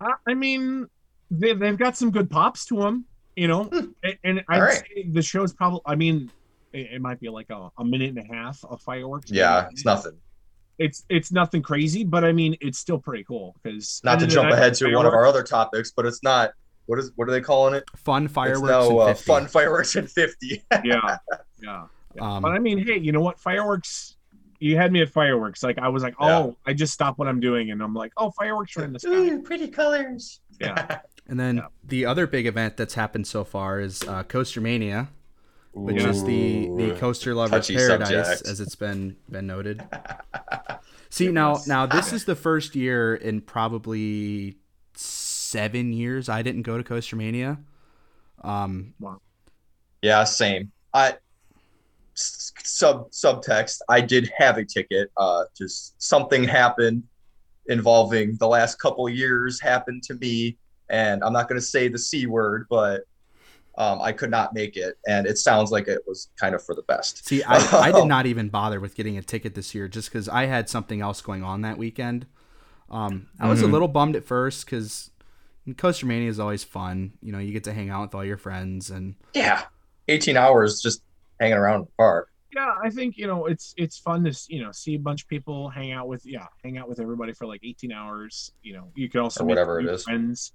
[SPEAKER 4] I I mean, they, they've got some good pops to them, you know.
[SPEAKER 3] Hmm.
[SPEAKER 4] And, and I'd
[SPEAKER 3] All right.
[SPEAKER 4] say the show's probably, I mean, it, it might be like a, a minute and a half of fireworks.
[SPEAKER 3] Yeah, it's nothing.
[SPEAKER 4] It's it's nothing crazy, but I mean, it's still pretty cool because
[SPEAKER 3] Not to jump ahead to one of our other topics, but it's not. What is what are they calling it?
[SPEAKER 2] Fun fireworks.
[SPEAKER 3] it's
[SPEAKER 2] and
[SPEAKER 3] no uh,
[SPEAKER 2] 50.
[SPEAKER 3] fun fireworks at 50.
[SPEAKER 4] yeah, yeah.
[SPEAKER 2] Um,
[SPEAKER 4] But I mean, hey, you know what? Fireworks. You had me at fireworks. Like I was like, oh,
[SPEAKER 3] Yeah.
[SPEAKER 4] I just stopped what I'm doing, and I'm like, oh, fireworks are in the sky.
[SPEAKER 3] pretty colors.
[SPEAKER 4] Yeah.
[SPEAKER 2] and then
[SPEAKER 4] yeah.
[SPEAKER 2] the other big event that's happened so far is uh, Coaster Mania, which is the the coaster lover's
[SPEAKER 3] Touchy
[SPEAKER 2] paradise,
[SPEAKER 3] subject.
[SPEAKER 2] as it's been been noted. See now now this is the first year in probably seven years I didn't go to Coaster Mania. Um,
[SPEAKER 3] Yeah, same. I s- sub subtext. I did have a ticket. Uh, just something happened involving the last couple years happened to me, and I'm not going to say the c word, but um, I could not make it, and it sounds like it was kind of for the best.
[SPEAKER 2] see, I, I did not even bother with getting a ticket this year just because I had something else going on that weekend. Um, I was a
[SPEAKER 3] Mhm.
[SPEAKER 2] little bummed at first because Coaster Mania is always fun. You know, you get to hang out with all your friends and
[SPEAKER 3] Yeah, 18 hours just hanging around in the park.
[SPEAKER 4] yeah i think you know it's it's fun to you know see a bunch of people hang out with yeah hang out with everybody for like 18 hours you know you can also
[SPEAKER 3] Or
[SPEAKER 4] make
[SPEAKER 3] whatever it
[SPEAKER 4] new
[SPEAKER 3] is.
[SPEAKER 4] friends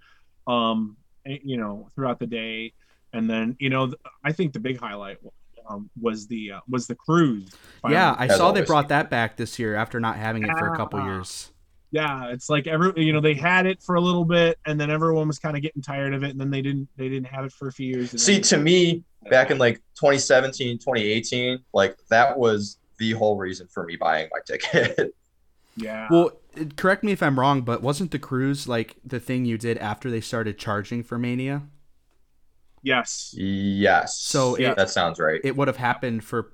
[SPEAKER 4] um eh, you know throughout the day and then you know th- i think the big highlight um, was the uh, was the cruise
[SPEAKER 2] Yeah, I
[SPEAKER 3] As
[SPEAKER 2] saw they
[SPEAKER 3] always.
[SPEAKER 2] brought that back this year after not having it for a couple
[SPEAKER 4] Ah.
[SPEAKER 2] years.
[SPEAKER 4] yeah it's like every you know they had it for a little bit and then everyone was kind of getting tired of it and then they didn't they didn't have it for a few years and
[SPEAKER 3] See,
[SPEAKER 4] then-
[SPEAKER 3] to me, back in like 2017, 2018, like that was the whole reason for me buying my ticket.
[SPEAKER 4] yeah
[SPEAKER 2] Well, it- correct me if I'm wrong, but wasn't the cruise like the thing you did after they started charging for Mania?
[SPEAKER 4] yes
[SPEAKER 3] yes.
[SPEAKER 2] So it-
[SPEAKER 3] that sounds right.
[SPEAKER 2] It would have happened for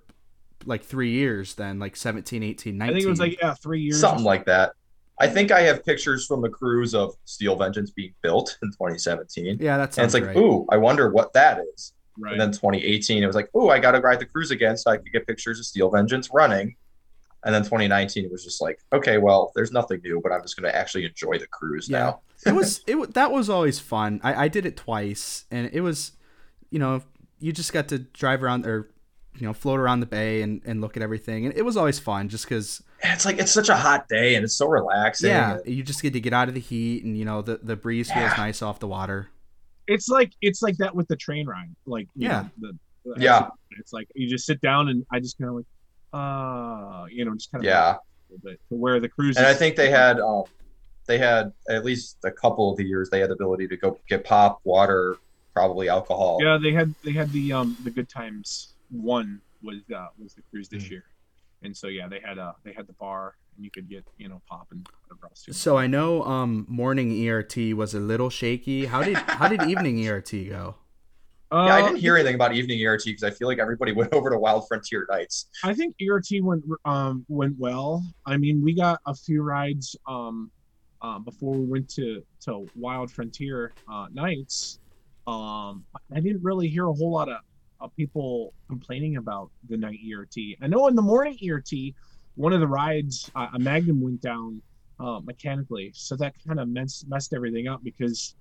[SPEAKER 2] like three years then, like 17, 18, 19.
[SPEAKER 4] i think it was like yeah three years
[SPEAKER 3] Something like that. I think I have pictures from the cruise of Steel Vengeance being built in 2017.
[SPEAKER 2] yeah, that
[SPEAKER 3] And
[SPEAKER 2] sounds
[SPEAKER 3] it's like,
[SPEAKER 2] right.
[SPEAKER 3] ooh, I wonder what that is.
[SPEAKER 4] right
[SPEAKER 3] And then 2018, it was like, ooh, I got to ride the cruise again so I could get pictures of Steel Vengeance running. And then 2019, it was just like, okay, well, there's nothing new, but I'm just going to actually enjoy the cruise
[SPEAKER 2] Yeah.
[SPEAKER 3] now.
[SPEAKER 2] it was it wa- that was always fun. I, I did it twice, and it was, you know, you just got to drive around or, you know, float around the bay and, and look at everything, and it was always fun just because
[SPEAKER 3] And it's like, it's such a hot day and it's so relaxing.
[SPEAKER 2] yeah, you just get to get out of the heat and you know the the breeze feels
[SPEAKER 3] Yeah.
[SPEAKER 2] nice off the water.
[SPEAKER 4] it's like it's like that with the train ride like you
[SPEAKER 2] Yeah.
[SPEAKER 4] know, the, the-
[SPEAKER 3] Yeah.
[SPEAKER 4] it's like you just sit down and i just kind of like uh you know just kind of
[SPEAKER 3] Yeah.
[SPEAKER 4] a little bit to where the cruise
[SPEAKER 3] and I
[SPEAKER 4] is-
[SPEAKER 3] think they had um, they had at least a couple of the years they had the ability to go get pop, water, probably alcohol.
[SPEAKER 4] Yeah, they had they had the um the good times one was uh was the cruise
[SPEAKER 2] Mm.
[SPEAKER 4] this year, and so yeah they had uh they had the bar and you could get you know pop and whatever else. too.
[SPEAKER 2] So I know um morning ERT was a little shaky. How did how did evening ERT go?
[SPEAKER 4] uh,
[SPEAKER 3] Yeah, I didn't hear anything about evening E ERT because I feel like everybody went over to Wild Frontier Nights.
[SPEAKER 4] I think ERT went um went well. I mean we got a few rides um uh, before we went to to Wild Frontier uh, nights. Um, I didn't really hear a whole lot of, of people complaining about the night ERT. I know in the morning ERT, one of the rides uh, a Magnum went down uh, mechanically, so that kind of mess, messed everything up because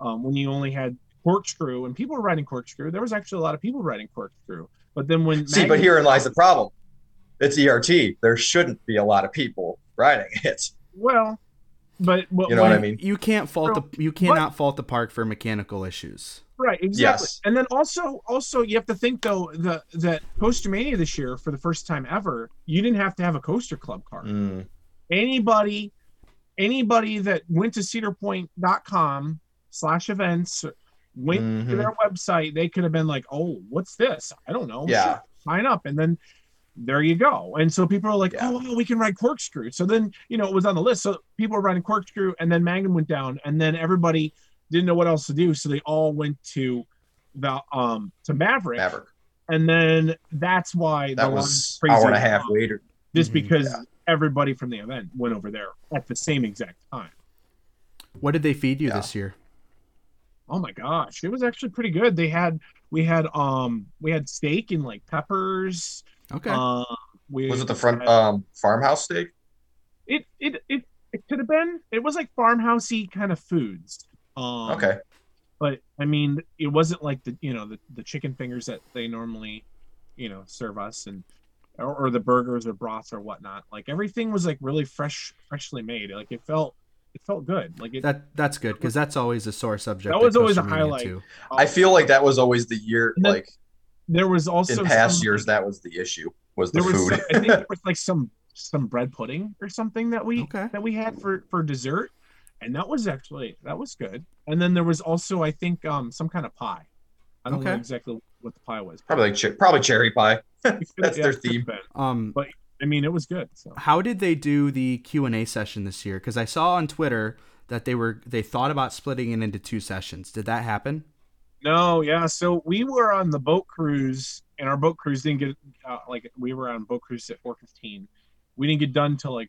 [SPEAKER 4] um, when you only had corkscrew and people were riding corkscrew, there was actually a lot of people riding corkscrew. But then when
[SPEAKER 3] See, but
[SPEAKER 4] Magnum-
[SPEAKER 3] herein lies the problem. It's ERT. There shouldn't be a lot of people riding it.
[SPEAKER 4] Well, but, but
[SPEAKER 3] You know
[SPEAKER 4] when-
[SPEAKER 3] what I mean?
[SPEAKER 2] You can't fault the you cannot fault the park for mechanical issues.
[SPEAKER 4] Right, exactly.
[SPEAKER 3] Yes.
[SPEAKER 4] And then also, also you have to think though the that Coaster Mania this year for the first time ever, you didn't have to have a coaster club card.
[SPEAKER 3] Mm.
[SPEAKER 4] Anybody, anybody that went to cedarpoint.com slash events went to
[SPEAKER 3] Mhm.
[SPEAKER 4] their website, they could have been like, "Oh, what's this? I don't know.
[SPEAKER 3] Yeah.
[SPEAKER 4] Sure, sign up." And then there you go. And so people are like,
[SPEAKER 3] Yeah.
[SPEAKER 4] "Oh, well, we can ride corkscrew." So then you know it was on the list. So people were riding corkscrew, and then Magnum went down, and then everybody didn't know what else to do, so they all went to the um to Maverick,
[SPEAKER 3] Maverick.
[SPEAKER 4] and then that's why
[SPEAKER 3] That
[SPEAKER 4] the
[SPEAKER 3] was
[SPEAKER 4] line
[SPEAKER 3] hour and a
[SPEAKER 4] crazy
[SPEAKER 3] half
[SPEAKER 4] long,
[SPEAKER 3] later.
[SPEAKER 4] just
[SPEAKER 2] Mhm.
[SPEAKER 4] because
[SPEAKER 3] Yeah.
[SPEAKER 4] everybody from the event went over there at the same exact time.
[SPEAKER 2] What did they feed you
[SPEAKER 3] Yeah.
[SPEAKER 2] this year?
[SPEAKER 4] Oh my gosh, it was actually pretty good. They had we had um we had steak and like peppers.
[SPEAKER 2] Okay.
[SPEAKER 4] Um, we,
[SPEAKER 3] Was it the front um, farmhouse steak?
[SPEAKER 4] It it it, it could have been. It was like farmhousey kind of foods. Um,
[SPEAKER 3] Okay.
[SPEAKER 4] But I mean, it wasn't like the you know the, the chicken fingers that they normally, you know, serve us and or, or the burgers or broths or whatnot. Like everything was like really fresh, freshly made. Like it felt it felt good. Like it.
[SPEAKER 2] that that's good because that's always a sore subject.
[SPEAKER 4] That
[SPEAKER 2] at
[SPEAKER 4] was always a
[SPEAKER 2] Costa Mania,
[SPEAKER 4] highlight.
[SPEAKER 2] too.
[SPEAKER 3] I feel like that was always the year,
[SPEAKER 4] And then
[SPEAKER 3] like
[SPEAKER 4] there was
[SPEAKER 3] in
[SPEAKER 4] also
[SPEAKER 3] past
[SPEAKER 4] some-
[SPEAKER 3] years, that was the issue, was the
[SPEAKER 4] There was
[SPEAKER 3] food.
[SPEAKER 4] some- I think there was like some some bread pudding or something that we
[SPEAKER 2] Okay.
[SPEAKER 4] that we had for for dessert and that was actually that was good and then there was also i think um some kind of pie i don't know
[SPEAKER 2] Okay.
[SPEAKER 4] exactly what the pie was
[SPEAKER 3] probably like che- probably cherry pie. That's their
[SPEAKER 4] Yeah, it could've
[SPEAKER 3] theme.
[SPEAKER 4] been.
[SPEAKER 2] Um,
[SPEAKER 4] i mean it was good so
[SPEAKER 2] how did they do the Q and A session this year? Because I saw on Twitter that they were they thought about splitting it into two sessions. Did that happen?
[SPEAKER 4] no yeah so we were on the boat cruise and our boat cruise didn't get uh, like we were on boat cruise at 4.15 we didn't get done till like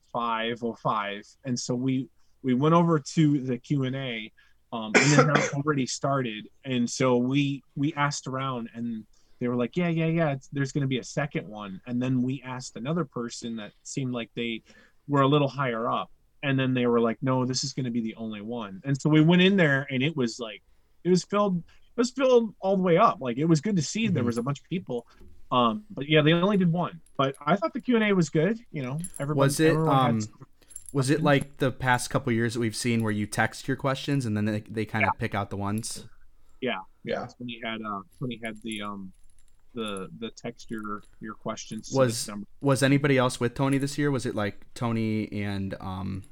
[SPEAKER 4] 5.05 and so we we went over to the q&a um, and then that already started and so we we asked around and they were like yeah yeah yeah it's, there's going to be a second one and then we asked another person that seemed like they were a little higher up and then they were like no this is going to be the only one and so we went in there and it was like it was filled it was filled all the way up like it was good to see there
[SPEAKER 2] Mhm.
[SPEAKER 4] was a bunch of people um but yeah they only did one but i thought the q&a was good you know everybody
[SPEAKER 2] Was it,
[SPEAKER 4] everyone had
[SPEAKER 2] um, Was it like the past couple years that we've seen where you text your questions and then they, they kind of pick out the ones?
[SPEAKER 3] Yeah.
[SPEAKER 4] when he had uh when he had the um the the text your your questions to
[SPEAKER 2] Was-
[SPEAKER 4] this number.
[SPEAKER 2] Was anybody else with Tony this year? Was it like Tony and um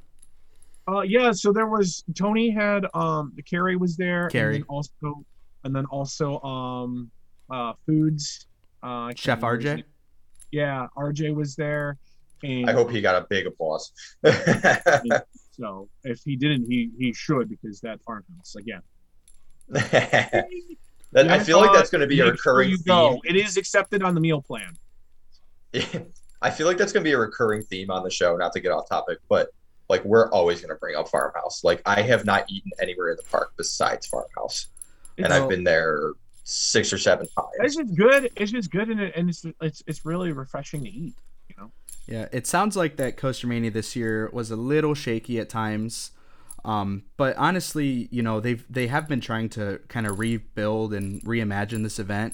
[SPEAKER 4] Uh, yeah. So there was Tony had um Carrie was there.
[SPEAKER 2] Carrie.
[SPEAKER 4] And then also, and then also um, uh, Foods. Uh, I can't
[SPEAKER 2] Chef
[SPEAKER 4] remember his
[SPEAKER 2] RJ.
[SPEAKER 4] name. Yeah, RJ was there. And
[SPEAKER 3] I hope he got a big applause.
[SPEAKER 4] so. If he didn't, he he should because that farmhouse again.
[SPEAKER 3] that, I feel like that's going to be a
[SPEAKER 4] uh, Make sure
[SPEAKER 3] recurring
[SPEAKER 4] you
[SPEAKER 3] theme.
[SPEAKER 4] go. It is accepted on the meal plan.
[SPEAKER 3] I feel like that's going to be a recurring theme on the show. Not to get off topic, but like we're always going to bring up farmhouse. Like I have not eaten anywhere in the park besides farmhouse, and
[SPEAKER 2] It's-
[SPEAKER 3] I've been there six or seven times.
[SPEAKER 4] It's just good. It's just good, and it, and it's it's it's really refreshing to eat.
[SPEAKER 2] Yeah, it sounds like that Coaster Mania this year was a little shaky at times. Um, but honestly, you know, they've they have been trying to kind of rebuild and reimagine this event.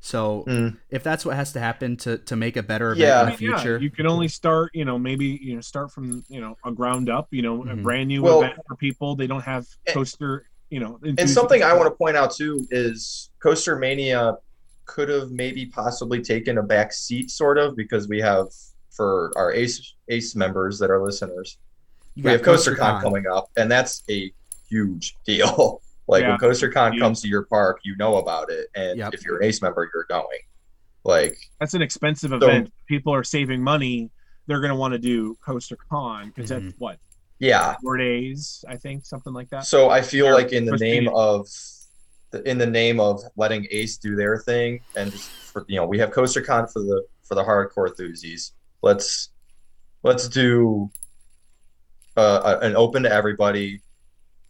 [SPEAKER 2] So
[SPEAKER 3] Mm.
[SPEAKER 2] if that's what has to happen to to make a better event
[SPEAKER 3] Yeah.
[SPEAKER 2] in
[SPEAKER 4] I
[SPEAKER 2] the
[SPEAKER 4] mean, yeah,
[SPEAKER 2] future,
[SPEAKER 4] you can only start, you know, maybe you know, start from you know a ground up, you know, a
[SPEAKER 2] Mhm.
[SPEAKER 4] brand new
[SPEAKER 3] Well-
[SPEAKER 4] event for people. They don't have
[SPEAKER 3] And-
[SPEAKER 4] coaster, you know.
[SPEAKER 3] And something I want to point out too is Coaster Mania could have maybe possibly taken a back seat, sort of, because we have for our Ace Ace members that are listeners,
[SPEAKER 2] you
[SPEAKER 3] we
[SPEAKER 2] got
[SPEAKER 3] have CoasterCon
[SPEAKER 2] CoasterCon.
[SPEAKER 3] coming up, and that's a huge deal. like
[SPEAKER 4] Yeah.
[SPEAKER 3] when CoasterCon
[SPEAKER 4] Huge.
[SPEAKER 3] comes to your park, you know about it, and
[SPEAKER 2] Yep.
[SPEAKER 3] if you're an Ace member, you're going. Like
[SPEAKER 4] That's an expensive
[SPEAKER 3] So-
[SPEAKER 4] event. People are saving money. They're going to want to do Coaster Con because
[SPEAKER 2] Mm-hmm.
[SPEAKER 4] that's what
[SPEAKER 3] yeah,
[SPEAKER 4] four days, I think, something like that.
[SPEAKER 3] so I feel
[SPEAKER 4] Fair.
[SPEAKER 3] like in the
[SPEAKER 4] First
[SPEAKER 3] name
[SPEAKER 4] meeting.
[SPEAKER 3] of in the name of letting Ace do their thing, and just for, you know we have CoasterCon for the for the hardcore enthusies. Let's let's do uh, a- an open to everybody.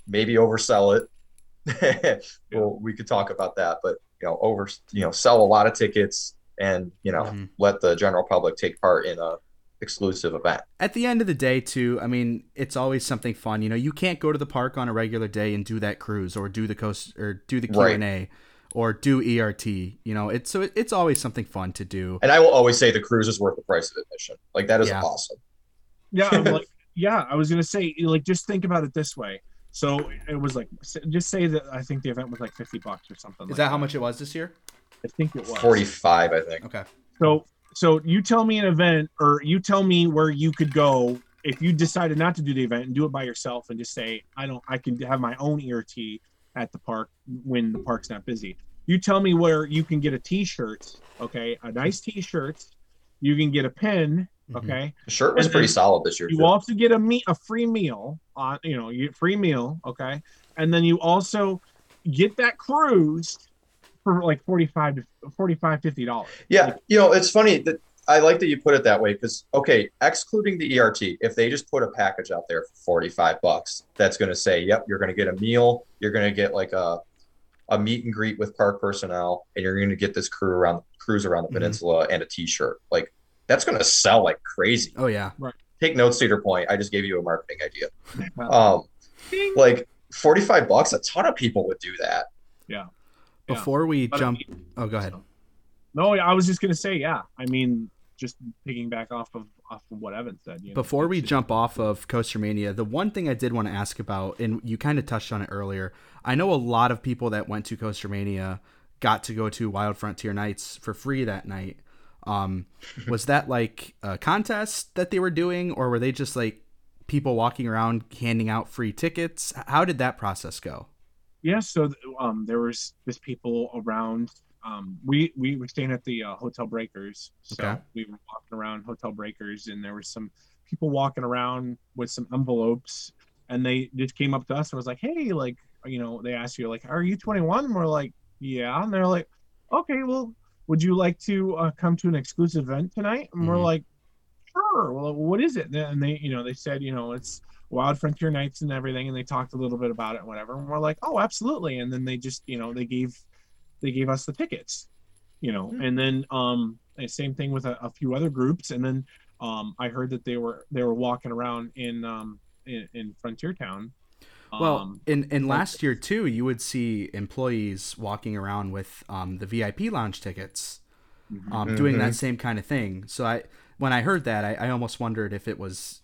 [SPEAKER 3] Maybe oversell it. well, we could talk about that, but you know, over you know, sell a lot of tickets, and you know,
[SPEAKER 4] Mm-hmm.
[SPEAKER 2] Mhm.
[SPEAKER 3] let the general public take part in a exclusive event.
[SPEAKER 2] At the end of the day, too, I mean, it's always something fun. You know, you can't go to the park on a regular day and do that cruise or do the coast or do the Q
[SPEAKER 3] Right.
[SPEAKER 2] and A or do ERT. You know, it's so it- it's always something fun to do.
[SPEAKER 3] And I will always say the cruise is worth the price of admission. Like that is
[SPEAKER 2] Yeah.
[SPEAKER 3] awesome.
[SPEAKER 4] Yeah, I'm like, yeah, I was gonna say, like, just think about it this way. So it was like, s- just say that I think the event was like fifty bucks or something.
[SPEAKER 2] Is
[SPEAKER 4] like
[SPEAKER 2] that how much it was this year?
[SPEAKER 4] I think it was
[SPEAKER 3] Forty-five, I think.
[SPEAKER 2] Okay.
[SPEAKER 4] So, so you tell me an event, or you tell me where you could go if you decided not to do the event and do it by yourself, and just say, I don't, I can have my own ERT at the park when the park's not busy. You tell me where you can get a T-shirt, okay, a nice T-shirt. You can get a pin,
[SPEAKER 2] Mhm.
[SPEAKER 4] okay.
[SPEAKER 3] The shirt was
[SPEAKER 4] And
[SPEAKER 3] pretty
[SPEAKER 4] then
[SPEAKER 3] solid this year.
[SPEAKER 4] You
[SPEAKER 3] too.
[SPEAKER 4] also get a meat, a free meal on, you know, you free meal, okay, and then you also get that cruise for like 45 to 45 50 dollars
[SPEAKER 3] Yeah, you know, it's funny that I like that you put it that way because okay, excluding the ERT, if they just put a package out there for forty-five bucks, that's going to say, yep, you're going to get a meal, you're going to get like a a meet and greet with park personnel, and you're going to get this crew around cruise around the
[SPEAKER 2] Mhm.
[SPEAKER 4] Mm-hmm.
[SPEAKER 3] peninsula and a T-shirt. Like that's going to sell like crazy.
[SPEAKER 2] Oh yeah.
[SPEAKER 3] Take notes, Cedar Point. I just gave you a marketing idea.
[SPEAKER 4] Wow.
[SPEAKER 3] Um,
[SPEAKER 4] Ding.
[SPEAKER 3] like forty-five bucks, a ton of people would do that.
[SPEAKER 4] Yeah.
[SPEAKER 2] Before we
[SPEAKER 4] But-
[SPEAKER 2] jump, oh, go ahead.
[SPEAKER 4] No, I was just gonna say, yeah. I mean, just picking back off of off of what Evan said. You know,
[SPEAKER 2] Before we
[SPEAKER 4] it's-
[SPEAKER 2] jump off of Coaster Mania, the one thing I did want to ask about, and you kind of touched on it earlier, I know a lot of people that went to Coaster Mania got to go to Wild Frontier Nights for free that night. Um, was that like a contest that they were doing, or were they just like people walking around handing out free tickets? H- How did that process go?
[SPEAKER 4] yeah. So um, there was just people around. Um, we we were staying at the uh, Hotel Breakers, so
[SPEAKER 2] Okay.
[SPEAKER 4] we were walking around Hotel Breakers, and there was some people walking around with some envelopes, and they just came up to us and was like, "Hey, like, you know," they asked you like, "Are you 21?" And we're like, "Yeah," and they're like, "Okay, well, would you like to uh, come to an exclusive event tonight?" And we're
[SPEAKER 2] Mhm.
[SPEAKER 4] like, "Sure." Well, what is it? And they, you know, they said, you know, it's Wild Frontier Nights and everything, and they talked a little bit about it and whatever. And we're like, "Oh, absolutely!" And then they just, you know, they gave they gave us the tickets, you know,
[SPEAKER 3] Hmm.
[SPEAKER 4] and then um, and same thing with a, a few other groups, and then um, I heard that they were they were walking around in um in, in Frontier Town.
[SPEAKER 2] Well,
[SPEAKER 4] um,
[SPEAKER 2] in in
[SPEAKER 4] like-
[SPEAKER 2] last year too, you would see employees walking around with um, the VIP lounge tickets.
[SPEAKER 4] mm-hmm.
[SPEAKER 2] um, doing
[SPEAKER 3] Mm-hmm.
[SPEAKER 2] that same kind of thing. So I, when I heard that, I, I almost wondered if it was,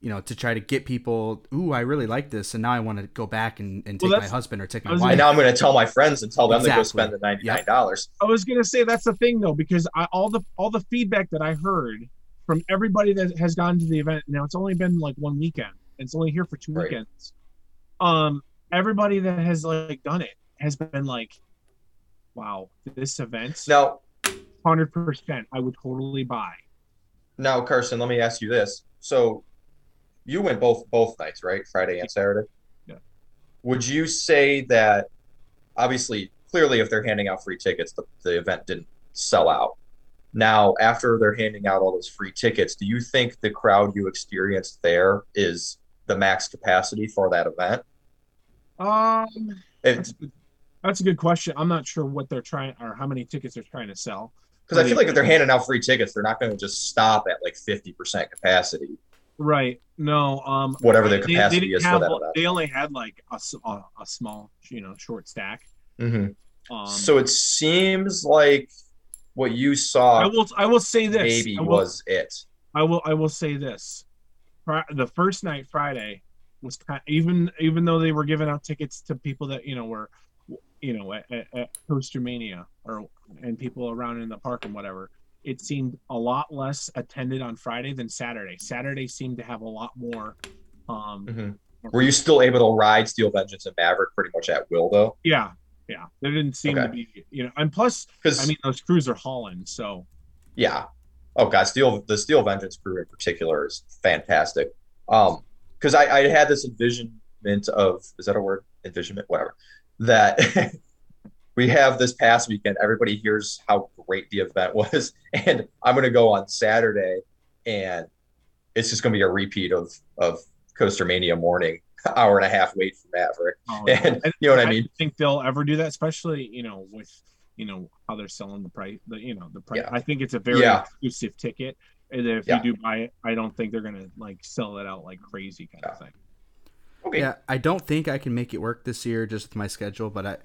[SPEAKER 2] you know, to try to get people. Ooh, I really like this, and now I want to go back and, and
[SPEAKER 4] Well,
[SPEAKER 2] take my
[SPEAKER 4] that's-
[SPEAKER 2] husband or take
[SPEAKER 4] I
[SPEAKER 2] my
[SPEAKER 4] was
[SPEAKER 2] wife.
[SPEAKER 3] And now I'm going to tell my friends and tell them to go
[SPEAKER 2] Exactly.
[SPEAKER 3] spend the ninety-nine dollars.
[SPEAKER 4] I was gonna say that's the thing though, because I, all the all the feedback that I heard from everybody that has gone to the event now it's only been like one weekend, It's only here for two
[SPEAKER 3] Right.
[SPEAKER 4] weekends. Um, everybody that has like done it has been like, "Wow, this event's
[SPEAKER 3] Now,
[SPEAKER 4] hundred percent. I would totally buy."
[SPEAKER 3] now, Carson, let me ask you this. So, you went both both nights, right? Friday and Saturday.
[SPEAKER 4] Yeah.
[SPEAKER 3] Would you say that, obviously, clearly, if they're handing out free tickets, the, the event didn't sell out. Now, after they're handing out all those free tickets, do you think the crowd you experienced there is the max capacity for that event?
[SPEAKER 4] Um,
[SPEAKER 3] Because
[SPEAKER 4] That's a good question. I'm not sure what they're trying or how many tickets they're trying to sell.
[SPEAKER 3] I feel like if they're handing out free tickets, they're not going to just stop at like fifty percent capacity,
[SPEAKER 4] Right. No. Um.
[SPEAKER 3] whatever the
[SPEAKER 4] they- they
[SPEAKER 3] capacity
[SPEAKER 4] didn't
[SPEAKER 3] is for
[SPEAKER 4] have-
[SPEAKER 3] that event.
[SPEAKER 4] They only had like a, s- a- a small, you know, short stack.
[SPEAKER 3] Mhm.
[SPEAKER 4] Um,
[SPEAKER 3] so it seems like what you
[SPEAKER 4] I
[SPEAKER 3] saw
[SPEAKER 4] will. I will say this.
[SPEAKER 3] maybe
[SPEAKER 4] I will,
[SPEAKER 3] was it.
[SPEAKER 4] I will. I will say this. Fri- The first night, Friday, was kind even even though they were giving out tickets to people that you know were, you know, at, at, at Coastermania or and people around in the park and whatever. It seemed a lot less attended on Friday than Saturday. Saturday seemed to have a lot more. Um,
[SPEAKER 3] Mhm. Were you still able to ride Steel Vengeance and Maverick pretty much at will though?
[SPEAKER 4] Yeah, yeah. There didn't seem to be, you know, and plus,
[SPEAKER 3] Because
[SPEAKER 4] I mean, those crews are hauling, so
[SPEAKER 3] yeah, oh god, Steel the Steel Vengeance crew in particular is fantastic. Um, because I, I had this envisionment of is that a word envisionment whatever that we have this past weekend everybody hears how great the event was and I'm gonna go on Saturday and it's just gonna be a repeat of of Coaster Mania morning hour and a half wait for Maverick
[SPEAKER 4] oh,
[SPEAKER 3] and you know what I mean
[SPEAKER 4] don't think they'll ever do that, especially you know with you know how they're selling the price. The you know the price.
[SPEAKER 3] Yeah.
[SPEAKER 4] I think it's a very
[SPEAKER 3] Yeah.
[SPEAKER 4] exclusive ticket, and if
[SPEAKER 3] Yeah.
[SPEAKER 4] you do buy it, I don't think they're gonna like sell it out like crazy kind of thing.
[SPEAKER 3] okay
[SPEAKER 2] Yeah, I don't think I can make it work this year just with my schedule, but I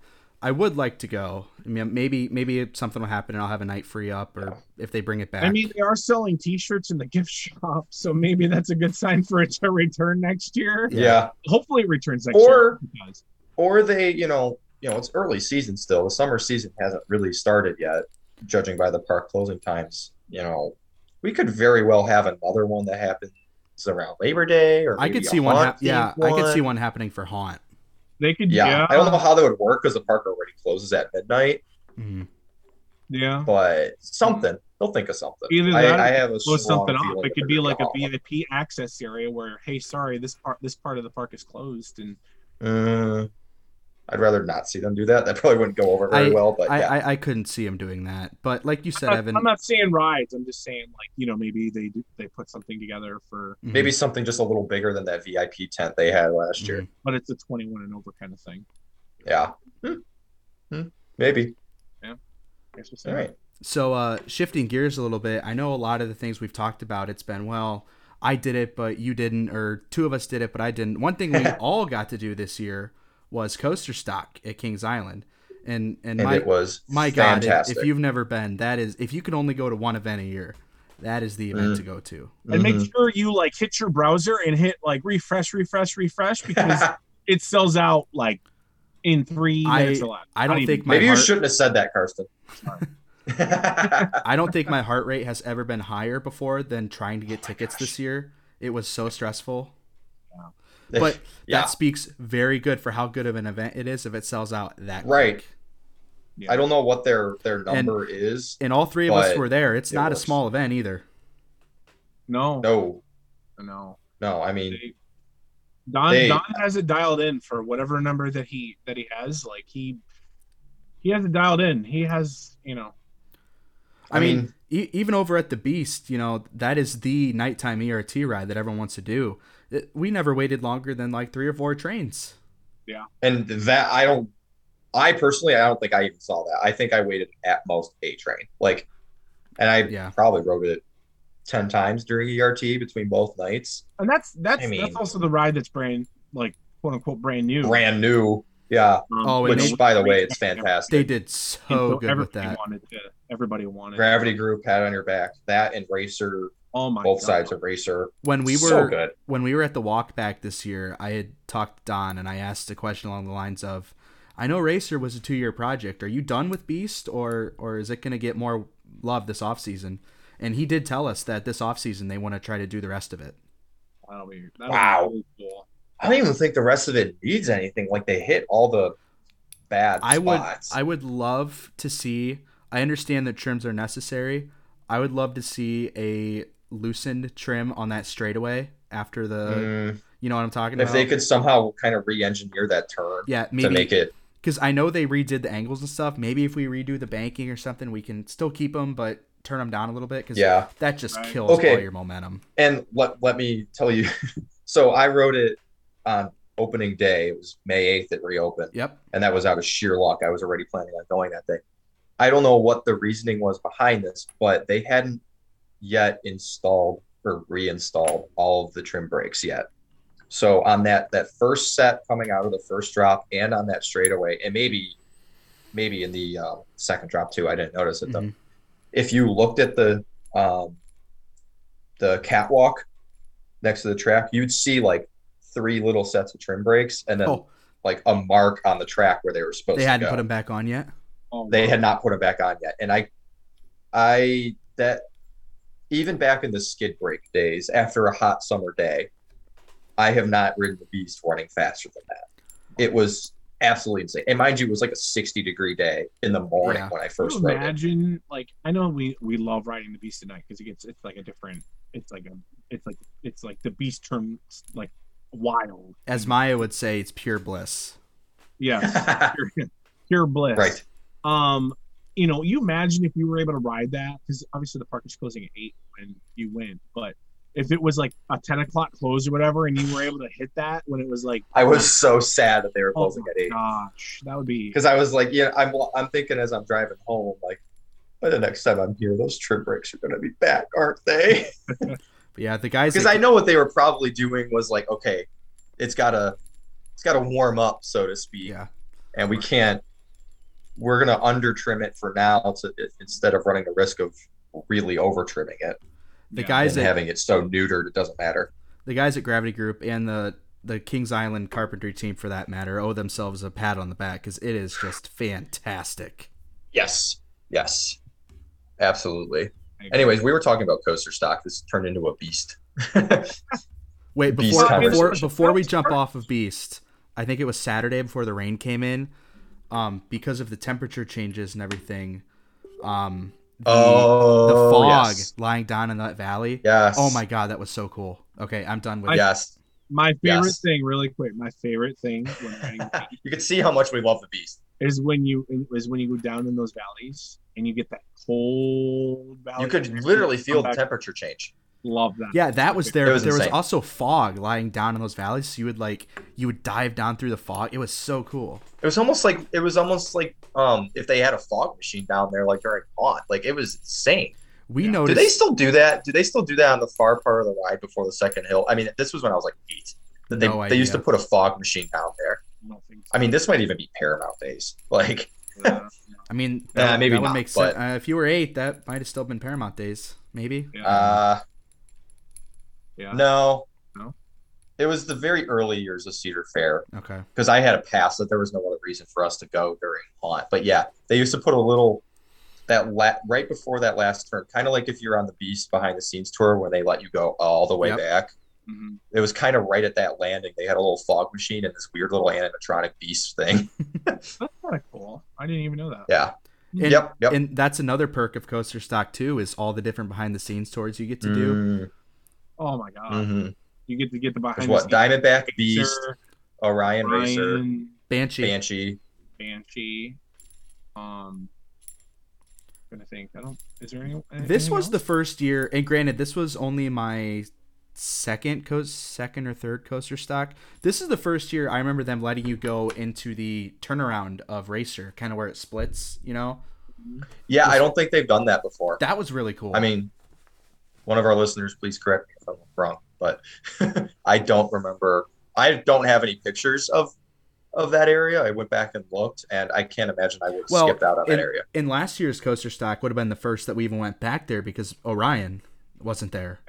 [SPEAKER 2] I would like to go. I mean, maybe maybe if something will happen and I'll have a night free up, or if they bring it back.
[SPEAKER 4] I mean, they are selling T-shirts in the gift shop, so maybe that's a good sign for it to return next year.
[SPEAKER 2] Yeah.
[SPEAKER 3] yeah.
[SPEAKER 4] Hopefully, it returns next
[SPEAKER 3] Or-
[SPEAKER 4] year. Because,
[SPEAKER 3] or they, you know, you know, it's early season still. The summer season hasn't really started yet, judging by the park closing times. You know, we could very well have another one that happens around Labor Day, or
[SPEAKER 2] I
[SPEAKER 3] maybe
[SPEAKER 2] could
[SPEAKER 3] a
[SPEAKER 2] see one.
[SPEAKER 3] haunt
[SPEAKER 2] hap yeah,
[SPEAKER 3] themed
[SPEAKER 2] I could see one happening for haunt.
[SPEAKER 4] they could,
[SPEAKER 3] Yeah.
[SPEAKER 4] yeah,
[SPEAKER 3] I don't know how that would work because the park already closes at midnight,
[SPEAKER 2] Mhm.
[SPEAKER 4] yeah.
[SPEAKER 3] but something they'll think of something.
[SPEAKER 4] Either
[SPEAKER 3] I,
[SPEAKER 4] that or
[SPEAKER 3] I have a
[SPEAKER 4] blow
[SPEAKER 3] strong
[SPEAKER 4] something off.
[SPEAKER 3] feeling
[SPEAKER 4] It
[SPEAKER 3] that
[SPEAKER 4] could be
[SPEAKER 3] they're
[SPEAKER 4] like a
[SPEAKER 3] gonna have
[SPEAKER 4] VIP access area where, hey, sorry, this part this part of the park is closed, and
[SPEAKER 3] one. Uh, I'd rather not see them do that. That probably wouldn't go over very
[SPEAKER 2] I-
[SPEAKER 3] well, but
[SPEAKER 2] I,
[SPEAKER 3] yeah.
[SPEAKER 2] I I couldn't see him doing that. But like you said,
[SPEAKER 4] I'm not-
[SPEAKER 2] Evan,
[SPEAKER 4] I'm not saying rides. I'm just saying like you know maybe they do, they put something together for,
[SPEAKER 2] mhm.
[SPEAKER 3] Maybe something just a little bigger than that VIP tent they had last year.
[SPEAKER 2] Mhm.
[SPEAKER 4] but it's a 21 and over kind of thing.
[SPEAKER 3] Yeah. Hmm. Hmm. Maybe.
[SPEAKER 4] I guess we'll say.
[SPEAKER 3] All right.
[SPEAKER 2] So uh, shifting gears a little bit, I know a lot of the things we've talked about. It's been well, I did it, but you didn't, or two of us did it, but I didn't. One thing we all got to do this year was coaster stock at Kings Island, and and,
[SPEAKER 3] And
[SPEAKER 2] my
[SPEAKER 3] it was
[SPEAKER 2] my god, if,
[SPEAKER 3] fantastic.
[SPEAKER 2] if you've never been, that is if you can only go to one event a year, that is the event
[SPEAKER 3] Mm.
[SPEAKER 2] to go to.
[SPEAKER 4] And
[SPEAKER 3] Mhm.
[SPEAKER 4] make sure you like hit your browser and hit like refresh, refresh, refresh because it sells out like in three
[SPEAKER 2] I-
[SPEAKER 4] minutes. a lot.
[SPEAKER 2] I don't think my
[SPEAKER 3] Maybe you
[SPEAKER 2] heart,
[SPEAKER 3] shouldn't have said that, Karsten.
[SPEAKER 2] I don't think my heart rate has ever been higher before than trying to
[SPEAKER 3] Oh
[SPEAKER 2] get tickets this year. It was so stressful. But
[SPEAKER 3] yeah,
[SPEAKER 2] that speaks very good for how good of an event it is if it sells out that
[SPEAKER 3] Right.
[SPEAKER 2] quick.
[SPEAKER 3] I don't know what their their number is.
[SPEAKER 2] and all three of us
[SPEAKER 3] But
[SPEAKER 2] were there. It's
[SPEAKER 3] it
[SPEAKER 2] not
[SPEAKER 3] was.
[SPEAKER 2] a small event either.
[SPEAKER 4] no no
[SPEAKER 3] No,
[SPEAKER 4] no.
[SPEAKER 3] no. I mean,
[SPEAKER 4] They- Don
[SPEAKER 3] They-
[SPEAKER 4] Don has it dialed in for whatever number that he that he has. Like he he has it dialed in. He has you know
[SPEAKER 2] I,
[SPEAKER 3] I
[SPEAKER 2] mean,
[SPEAKER 3] mean-
[SPEAKER 2] e- even over at the Beast, you know, that is the nighttime ERT ride that everyone wants to do. It- we never waited longer than like three or four trains.
[SPEAKER 3] and that I don't. I personally, I don't think I even saw that. I think I waited at most a train, like, and I
[SPEAKER 2] Yeah.
[SPEAKER 3] probably rode it ten times during ERT between both nights.
[SPEAKER 4] and that's that's
[SPEAKER 3] I mean-
[SPEAKER 4] that's also the ride that's brand like quote unquote brand new.
[SPEAKER 3] Brand new, yeah.
[SPEAKER 4] Um,
[SPEAKER 2] Oh, and
[SPEAKER 3] Which,
[SPEAKER 2] they-
[SPEAKER 3] by the way, it's fantastic.
[SPEAKER 2] They did
[SPEAKER 4] And
[SPEAKER 2] so good with
[SPEAKER 4] everybody
[SPEAKER 2] that.
[SPEAKER 4] Wanted to, everybody wanted.
[SPEAKER 3] Gravity Group, Pat on Your Back, that and Racer,
[SPEAKER 4] oh my
[SPEAKER 3] both
[SPEAKER 4] God.
[SPEAKER 3] sides of Racer.
[SPEAKER 2] When we were
[SPEAKER 3] so good.
[SPEAKER 2] when we were at the walk back this year, I had talked to Don and I asked a question along the lines of, "I know Racer was a two year project. Are you done with Beast, or or is it going to get more love this off season?" And he did tell us that this off season they want to try to do the rest of it.
[SPEAKER 4] That'll be that'll
[SPEAKER 3] Wow.
[SPEAKER 4] Be really cool.
[SPEAKER 3] I don't even think the rest of it needs anything. Like they hit all the bad
[SPEAKER 2] I would
[SPEAKER 3] spots.
[SPEAKER 2] I would love to see. I understand that trims are necessary. I would love to see a loosened trim on that straightaway after the.
[SPEAKER 3] Mm,
[SPEAKER 2] uh, You know what I'm talking
[SPEAKER 3] if
[SPEAKER 2] about?
[SPEAKER 3] they could somehow kind of re-engineer that turn
[SPEAKER 2] yeah,
[SPEAKER 3] to make
[SPEAKER 2] maybe
[SPEAKER 3] it
[SPEAKER 2] because I know they redid the angles and stuff. Maybe if we redo the banking or something, we can still keep them, but turn them down a little bit because
[SPEAKER 3] yeah.
[SPEAKER 2] that just
[SPEAKER 4] Right.
[SPEAKER 2] kills
[SPEAKER 3] Okay.
[SPEAKER 2] all your momentum.
[SPEAKER 3] and let let me tell you. so I wrote it on opening day. It was May eighth. It reopened,
[SPEAKER 2] Yep.
[SPEAKER 3] and that was out of sheer luck. I was already planning on going that day. I don't know what the reasoning was behind this, but they hadn't yet installed or reinstalled all of the trim brakes yet. So on that that first set coming out of the first drop, and on that straightaway, and maybe maybe in the um, second drop too, I didn't notice it though
[SPEAKER 2] Mhm.
[SPEAKER 3] if you looked at the um, the catwalk next to the track, you'd see like three little sets of trim brakes and then
[SPEAKER 2] Oh,
[SPEAKER 3] like a mark on the track where they were supposed
[SPEAKER 2] they
[SPEAKER 3] to
[SPEAKER 2] hadn't
[SPEAKER 3] go.
[SPEAKER 2] put them back on yet.
[SPEAKER 4] Oh,
[SPEAKER 3] they
[SPEAKER 4] wow.
[SPEAKER 3] had not put them back on yet, and I, I that even back in the skid brake days, after a hot summer day, I have not ridden the beast running faster than that. It was absolutely insane, and mind you, it was like a sixty degree day in the morning
[SPEAKER 2] Yeah.
[SPEAKER 3] when I
[SPEAKER 4] Can
[SPEAKER 3] first
[SPEAKER 4] you
[SPEAKER 3] rode it.
[SPEAKER 4] imagine like I know we we love riding the beast at night because it gets it's like a different it's like a it's like it's like the beast term like wild
[SPEAKER 2] As Maya would say, it's pure bliss.
[SPEAKER 4] yeah pure, pure bliss
[SPEAKER 3] right.
[SPEAKER 4] um you know you imagine if you were able to ride that because obviously the park is closing at eight when you win but if it was like a 10 o'clock close or whatever and you were able to hit that when it was like
[SPEAKER 3] I was so sad that they were
[SPEAKER 4] oh
[SPEAKER 3] closing
[SPEAKER 4] my
[SPEAKER 3] at eight
[SPEAKER 4] gosh that would be
[SPEAKER 3] because I was like, yeah, I'm I'm thinking as I'm driving home, like, by the next time I'm here, those trim brakes are gonna be back, aren't they?
[SPEAKER 2] But yeah, the guys.
[SPEAKER 3] Because
[SPEAKER 2] that-
[SPEAKER 3] I know what they were probably doing was like, okay, it's gotta it's gotta warm up, so to speak,
[SPEAKER 2] Yeah.
[SPEAKER 3] and we can't. We're gonna under trim it for now to, instead of running the risk of really over trimming it
[SPEAKER 2] The
[SPEAKER 4] yeah.
[SPEAKER 2] guys
[SPEAKER 3] and
[SPEAKER 2] that
[SPEAKER 3] having it so neutered it doesn't matter.
[SPEAKER 2] the guys at Gravity Group and the the Kings Island carpentry team, for that matter, owe themselves a pat on the back because it is just fantastic.
[SPEAKER 3] Yes, yes, absolutely.
[SPEAKER 4] I agree.
[SPEAKER 3] Anyways, we were talking about coaster stock. This turned into a beast.
[SPEAKER 2] Wait,
[SPEAKER 3] Beast
[SPEAKER 2] before before,
[SPEAKER 3] conversation.
[SPEAKER 2] before we jump off of Beast, I think it was Saturday before the rain came in, um, because of the temperature changes and everything, um, the,
[SPEAKER 3] oh,
[SPEAKER 2] the fog
[SPEAKER 3] Yes.
[SPEAKER 2] lying down in that valley.
[SPEAKER 3] Yes.
[SPEAKER 2] Oh my god, that was so cool. Okay, I'm done with.
[SPEAKER 3] Yes.
[SPEAKER 4] my favorite
[SPEAKER 3] Yes.
[SPEAKER 4] thing really quick my favorite thing when riding
[SPEAKER 3] you can see how much we love the beast.
[SPEAKER 4] is when you is when you go down in those valleys and you get that cold valley.
[SPEAKER 3] You could
[SPEAKER 4] experience.
[SPEAKER 3] literally feel
[SPEAKER 4] Come
[SPEAKER 3] the
[SPEAKER 4] back.
[SPEAKER 3] temperature change.
[SPEAKER 4] Love that.
[SPEAKER 2] Yeah, that was there.
[SPEAKER 3] It was
[SPEAKER 2] there was
[SPEAKER 3] insane.
[SPEAKER 2] also fog lying down in those valleys, so you would like you would dive down through the fog. It was so cool.
[SPEAKER 3] It was almost like it was almost like um if they had a fog machine down there like during haunt. Like it was insane.
[SPEAKER 2] We
[SPEAKER 4] Yeah.
[SPEAKER 3] Do
[SPEAKER 2] noticed
[SPEAKER 3] they still do that? Do they still do that on the far part of the ride before the second hill? I mean, this was when I was like eight. That they
[SPEAKER 2] No
[SPEAKER 3] they used to
[SPEAKER 2] idea.
[SPEAKER 3] put a fog machine down there.
[SPEAKER 4] I don't think so.
[SPEAKER 3] I mean, this might even be Paramount days. Like
[SPEAKER 4] Uh,
[SPEAKER 2] I mean,
[SPEAKER 3] Nah,
[SPEAKER 2] that,
[SPEAKER 3] maybe
[SPEAKER 2] that would
[SPEAKER 3] not,
[SPEAKER 2] make
[SPEAKER 3] but-
[SPEAKER 2] sense. Uh, if you were eight, that might have still been Paramount days, maybe.
[SPEAKER 4] yeah,
[SPEAKER 3] uh
[SPEAKER 4] Mm-hmm. yeah.
[SPEAKER 3] no.
[SPEAKER 4] No?
[SPEAKER 3] It was the very early years of Cedar Fair.
[SPEAKER 2] Okay.
[SPEAKER 3] because I had a pass that there was no other reason for us to go during haunt. But yeah, they used to put a little that la- right before that last turn, kind of like if you're on the Beast behind the scenes tour where they let you go all the way
[SPEAKER 2] Yep.
[SPEAKER 3] back.
[SPEAKER 4] Mhm.
[SPEAKER 3] It was kind of right at that landing. They had a little fog machine and this weird little animatronic beast thing.
[SPEAKER 4] That's kind of cool. I didn't even know that.
[SPEAKER 3] Yeah.
[SPEAKER 2] And,
[SPEAKER 3] yep. Yep.
[SPEAKER 2] And that's another perk of Coaster Stock too is all the different behind the scenes tours you get to do.
[SPEAKER 3] Mm,
[SPEAKER 4] Oh my god.
[SPEAKER 3] mhm.
[SPEAKER 4] You get to get the
[SPEAKER 3] There's
[SPEAKER 4] behind
[SPEAKER 3] what?
[SPEAKER 4] the scenes
[SPEAKER 3] Diamondback,
[SPEAKER 4] picture,
[SPEAKER 3] Beast, Orion Racer,
[SPEAKER 4] Ryan,
[SPEAKER 2] Banshee.
[SPEAKER 3] Banshee.
[SPEAKER 4] Banshee. Um gonna think. I don't is there any
[SPEAKER 2] This
[SPEAKER 4] anything
[SPEAKER 2] was the
[SPEAKER 4] else?
[SPEAKER 2] first year, and granted, this was only my second coast, second or third coaster stock. This is the first year I remember them letting you go into the turnaround of Racer, kind of where it splits. You know,
[SPEAKER 3] Yeah, I don't think they've done that before.
[SPEAKER 2] that was really cool.
[SPEAKER 3] I mean, one of our listeners, please correct me if I'm wrong, but I don't remember. I don't have any pictures of of that area. I went back and looked, and I can't imagine I would have
[SPEAKER 2] Well,
[SPEAKER 3] skipped out on that
[SPEAKER 2] and-
[SPEAKER 3] area.
[SPEAKER 2] and last year's coaster stock would have been the first that we even went back there because Orion wasn't there.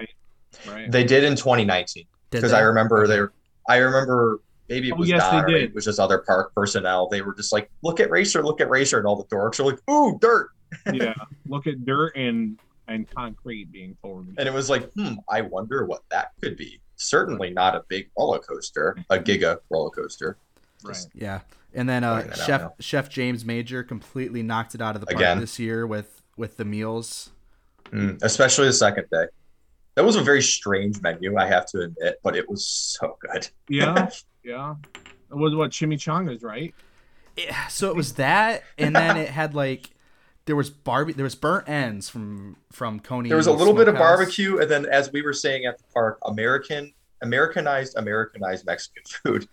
[SPEAKER 4] right.
[SPEAKER 3] They did in 2019
[SPEAKER 2] Did
[SPEAKER 3] because
[SPEAKER 2] they?
[SPEAKER 3] I remember they. were- I remember maybe it
[SPEAKER 4] Oh,
[SPEAKER 3] was
[SPEAKER 4] yes, they
[SPEAKER 3] Don, or maybe
[SPEAKER 4] did.
[SPEAKER 3] it was just other park personnel. They were just like, "Look at racer, look at racer," and all the dorks are like, "Ooh, dirt!"
[SPEAKER 4] yeah. Look at dirt and and concrete being poured.
[SPEAKER 3] And it was like, "Hmm, I wonder what that could be." certainly not a big roller coaster, a giga roller coaster.
[SPEAKER 4] Right.
[SPEAKER 2] Yeah. And then
[SPEAKER 3] Figuring
[SPEAKER 2] uh,
[SPEAKER 3] it out
[SPEAKER 2] Chef
[SPEAKER 3] now.
[SPEAKER 2] Chef James Major completely knocked it out of the park
[SPEAKER 3] Again.
[SPEAKER 2] this year with with the meals.
[SPEAKER 3] Mm, especially the second day. That was a very strange menu, I have to admit, but it was so good.
[SPEAKER 4] Yeah. yeah. It was what chimichangas, right?
[SPEAKER 2] Yeah, so it was that, and then it had like there was barbie there was burnt ends from from Coney.
[SPEAKER 3] There was a little bit of
[SPEAKER 2] Smokehouse.
[SPEAKER 3] barbecue, and then as we were saying at the park, American, Americanized, Americanized Mexican food.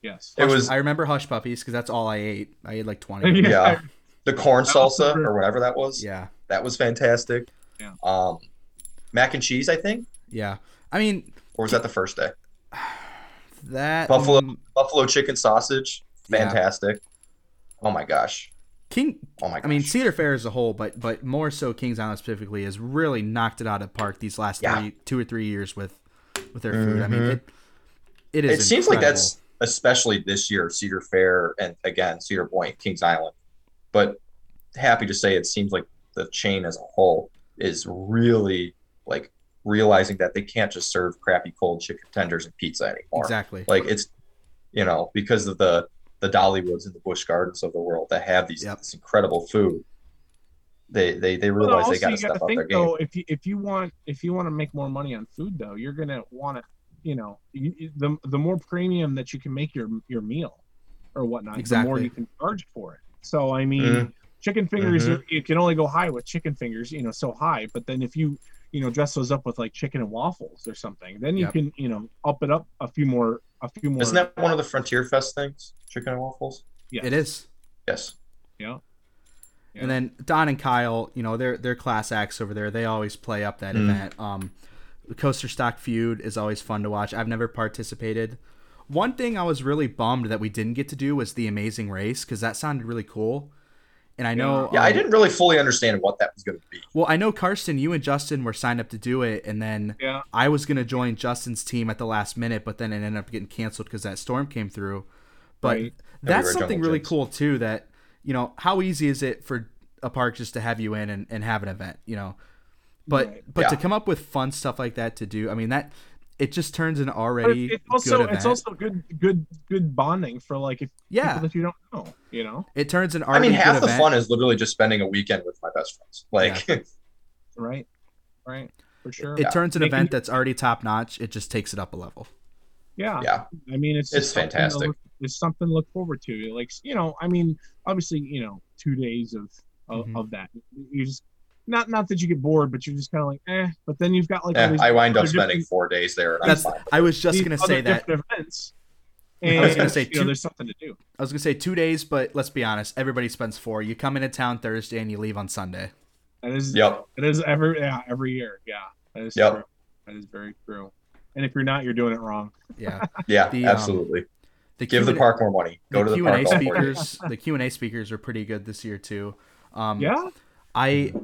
[SPEAKER 4] Yes.
[SPEAKER 3] It was
[SPEAKER 2] I remember hush puppies because that's all I ate. I ate like twenty.
[SPEAKER 3] Yeah. the corn
[SPEAKER 4] I also
[SPEAKER 3] salsa
[SPEAKER 4] remember-
[SPEAKER 3] or whatever that was.
[SPEAKER 2] yeah,
[SPEAKER 3] That was fantastic.
[SPEAKER 4] Yeah.
[SPEAKER 3] Um, mac and cheese, I think,
[SPEAKER 2] yeah. I mean
[SPEAKER 3] or was that the first day?
[SPEAKER 2] that
[SPEAKER 3] Buffalo-
[SPEAKER 2] mm,
[SPEAKER 3] Buffalo chicken sausage,
[SPEAKER 2] yeah.
[SPEAKER 3] fantastic. Oh my gosh.
[SPEAKER 2] King.
[SPEAKER 3] Oh my gosh.
[SPEAKER 2] I mean Cedar Fair as a whole, but but more so Kings Island specifically has really knocked it out of the park these last
[SPEAKER 3] Yeah.
[SPEAKER 2] three, two or three years with with their food. I mean
[SPEAKER 3] Mhm.
[SPEAKER 2] it. It is.
[SPEAKER 3] it seems like
[SPEAKER 2] incredible.
[SPEAKER 3] that's especially this year Cedar Fair and again Cedar Point, Kings Island. But happy to say it seems like the chain as a whole is really like realizing that they can't just serve crappy cold chicken tenders and pizza anymore.
[SPEAKER 2] exactly.
[SPEAKER 3] Like it's you know because of the the Dollywoods and the Bush Gardens of the world that have these
[SPEAKER 2] Yep.
[SPEAKER 3] this incredible food. They they they
[SPEAKER 4] But
[SPEAKER 3] realize
[SPEAKER 4] also
[SPEAKER 3] they got to
[SPEAKER 4] you
[SPEAKER 3] step
[SPEAKER 4] gotta
[SPEAKER 3] up
[SPEAKER 4] think
[SPEAKER 3] their game.
[SPEAKER 4] though, if you if you want if you want to make more money on food though, you're gonna want to, you know, you, you- the the more premium that you can make your your meal, or whatnot, the more
[SPEAKER 2] Exactly.
[SPEAKER 4] you can charge for it. So I mean,
[SPEAKER 3] Mhm.
[SPEAKER 4] chicken fingers
[SPEAKER 3] Mm-hmm.
[SPEAKER 4] you- you can only go high with chicken fingers, you know, so high. But then if you you know dress those up with like chicken and waffles or something, then you
[SPEAKER 2] Yep.
[SPEAKER 4] can you know up it up a few more a few more.
[SPEAKER 3] Isn't that one of the Frontier Fest things? Chicken and waffles?
[SPEAKER 2] It is.
[SPEAKER 3] Yes.
[SPEAKER 2] And then Don and Kyle, you know, they're they're class acts over there. They always play up that
[SPEAKER 3] Mm.
[SPEAKER 2] event. Um, the Coaster Stock feud is always fun to watch. I've never participated. One thing I was really bummed that we didn't get to do was the Amazing Race because that sounded really cool. And I know,
[SPEAKER 3] Yeah, I
[SPEAKER 2] um,
[SPEAKER 3] didn't really fully understand what that was going to be.
[SPEAKER 2] Well, I know Karsten, you and Justin were signed up to do it, and then
[SPEAKER 4] Yeah.
[SPEAKER 2] I was gonna join Justin's team at the last minute, but then it ended up getting canceled because that storm came through. But
[SPEAKER 4] Right.
[SPEAKER 2] that's
[SPEAKER 3] were
[SPEAKER 2] something
[SPEAKER 3] jungle
[SPEAKER 2] really
[SPEAKER 3] gyms.
[SPEAKER 2] cool too. That you know, how easy is it for a park just to have you in and, and have an event? You know, but
[SPEAKER 4] Right.
[SPEAKER 2] but to
[SPEAKER 3] Yeah.
[SPEAKER 2] come up with fun stuff like that to do, I mean that it just turns an
[SPEAKER 4] But
[SPEAKER 2] already
[SPEAKER 4] it's, it's also
[SPEAKER 2] good event.
[SPEAKER 4] it's also good good good bonding for like if people
[SPEAKER 2] yeah,
[SPEAKER 4] that you don't know, you know,
[SPEAKER 2] it turns an
[SPEAKER 3] I
[SPEAKER 2] already
[SPEAKER 3] mean,
[SPEAKER 2] good
[SPEAKER 3] half the
[SPEAKER 2] event.
[SPEAKER 3] fun is literally just spending a weekend with my best friends. Like,
[SPEAKER 4] right, right, for sure.
[SPEAKER 2] It turns an
[SPEAKER 4] Making-
[SPEAKER 2] event that's already top notch. It just takes it up a level.
[SPEAKER 4] yeah,
[SPEAKER 3] yeah,
[SPEAKER 4] I mean, it's
[SPEAKER 3] It's
[SPEAKER 4] just something to
[SPEAKER 3] fantastic.
[SPEAKER 4] look- it's something to look forward to. Like you know, I mean, obviously, you know, two days of of,
[SPEAKER 2] Mhm.
[SPEAKER 4] of that. You just not not that you get bored, but you're just kind of like eh. But then you've got like all
[SPEAKER 3] eh,
[SPEAKER 4] these
[SPEAKER 3] I wind up
[SPEAKER 4] other
[SPEAKER 3] spending
[SPEAKER 4] different-
[SPEAKER 3] four days there, and
[SPEAKER 2] That's
[SPEAKER 3] I'm fine.
[SPEAKER 2] I was just
[SPEAKER 4] these
[SPEAKER 2] gonna
[SPEAKER 4] other
[SPEAKER 2] say that.
[SPEAKER 4] different events.
[SPEAKER 2] I
[SPEAKER 4] And,
[SPEAKER 2] was gonna say
[SPEAKER 4] you know,
[SPEAKER 2] two-
[SPEAKER 4] there's something to do.
[SPEAKER 2] I was gonna say two days, but let's be honest. Everybody spends four. You come into town Thursday and you leave on Sunday.
[SPEAKER 4] That is
[SPEAKER 3] Yep.
[SPEAKER 4] that is every yeah every year. Yeah, that is
[SPEAKER 3] Yep.
[SPEAKER 4] true. That is very true. And if you're not, you're doing it wrong.
[SPEAKER 2] Yeah.
[SPEAKER 3] Yeah,
[SPEAKER 2] The, um,
[SPEAKER 3] absolutely.
[SPEAKER 2] The
[SPEAKER 3] Give the
[SPEAKER 2] Q&A
[SPEAKER 3] park more money. Go to the
[SPEAKER 2] Q&A
[SPEAKER 3] park all four days.
[SPEAKER 2] speakers. the Q and A speakers are pretty good this year too. Um,
[SPEAKER 4] Yeah,
[SPEAKER 2] I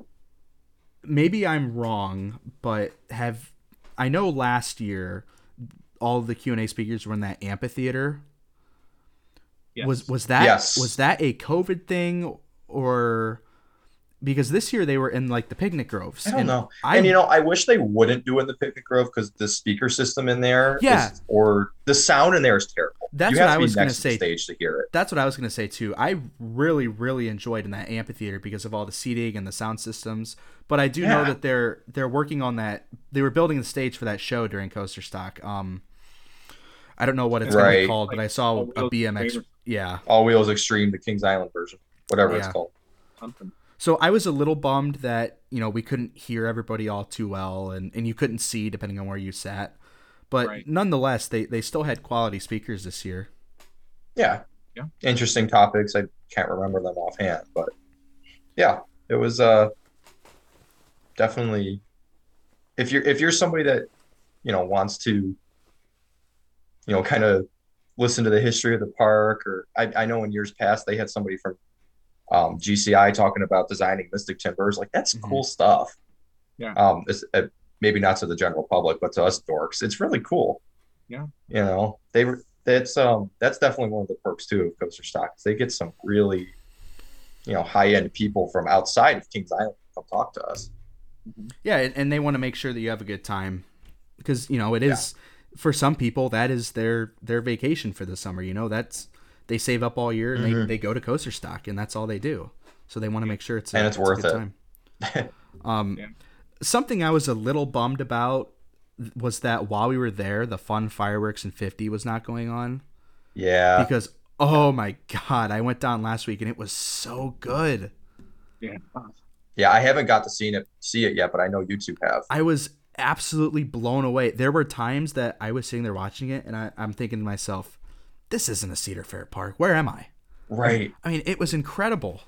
[SPEAKER 2] maybe I'm wrong, but have I know last year all of the Q and A speakers were in that amphitheater.
[SPEAKER 4] yes.
[SPEAKER 2] Was was that
[SPEAKER 3] Yes.
[SPEAKER 2] was that a COVID thing or because this year they were in like the picnic groves?
[SPEAKER 3] I don't
[SPEAKER 2] and
[SPEAKER 3] know.
[SPEAKER 2] I-
[SPEAKER 3] and you know, I wish they wouldn't do it in the picnic grove because the speaker system in there, is-
[SPEAKER 2] Yeah.
[SPEAKER 3] or the sound in there is terrible.
[SPEAKER 2] That's
[SPEAKER 3] you
[SPEAKER 2] what
[SPEAKER 3] have
[SPEAKER 2] I
[SPEAKER 3] to be
[SPEAKER 2] was gonna
[SPEAKER 3] next to the
[SPEAKER 2] say
[SPEAKER 3] stage to hear it.
[SPEAKER 2] that's what I was gonna say too. I really, really enjoyed in that amphitheater because of all the seating and the sound systems. But I do know
[SPEAKER 3] Yeah.
[SPEAKER 2] that they're they're working on that. They were building the stage for that show during Coaster Stock. Um, I don't know what it's gonna be
[SPEAKER 3] Right.
[SPEAKER 2] called, but I saw
[SPEAKER 4] Like,
[SPEAKER 2] oh,
[SPEAKER 4] oh,
[SPEAKER 2] a BMX. Yeah.
[SPEAKER 3] All Wheels Extreme, the Kings Island version, whatever it's
[SPEAKER 2] Yeah.
[SPEAKER 3] called.
[SPEAKER 4] something.
[SPEAKER 2] So I was a little bummed that you know we couldn't hear everybody all too well, and and you couldn't see depending on where you sat. But
[SPEAKER 4] Right.
[SPEAKER 2] nonetheless, they they still had quality speakers this year.
[SPEAKER 3] yeah
[SPEAKER 4] Yeah.
[SPEAKER 3] interesting topics i can't remember them offhand but yeah it was uh definitely if you're if you're somebody that you know wants to you know kind of listen to the history of the park or i, I know in years past they had somebody from um, gci talking about designing mystic timbers like that's
[SPEAKER 2] Mhm.
[SPEAKER 3] cool stuff
[SPEAKER 4] Mm-hmm. Yeah.
[SPEAKER 3] um it's, uh, maybe not to the general public but to us dorks it's really cool
[SPEAKER 4] Yeah.
[SPEAKER 3] you know they were that's um that's definitely one of the perks too of coaster stocks. They get some really, you know, high end people from outside of Kings Island to come talk to us.
[SPEAKER 2] Yeah, and, and they want to make sure that you have a good time because you know it is for some people that is their their vacation for the summer you know that's they save up all year and they,
[SPEAKER 3] Mhm.
[SPEAKER 2] they go to coaster stock and that's all they do so they want to make sure it's a,
[SPEAKER 3] And it's
[SPEAKER 2] a
[SPEAKER 3] worth
[SPEAKER 2] good
[SPEAKER 3] it.
[SPEAKER 2] time. um
[SPEAKER 4] Yeah.
[SPEAKER 2] something i was a little bummed about was that while we were there the fun fireworks in 50 was not going on
[SPEAKER 3] Uh, Yeah.
[SPEAKER 2] because oh my god i went down last week and it was so good
[SPEAKER 4] Yeah.
[SPEAKER 3] Yeah, I haven't got to see it see it yet, but I know you two have.
[SPEAKER 2] I was absolutely blown away. There were times that I was sitting there watching it and I, I'm thinking to myself, this isn't a Cedar Fair park. Where am I?
[SPEAKER 3] Right.
[SPEAKER 2] I mean, it was incredible.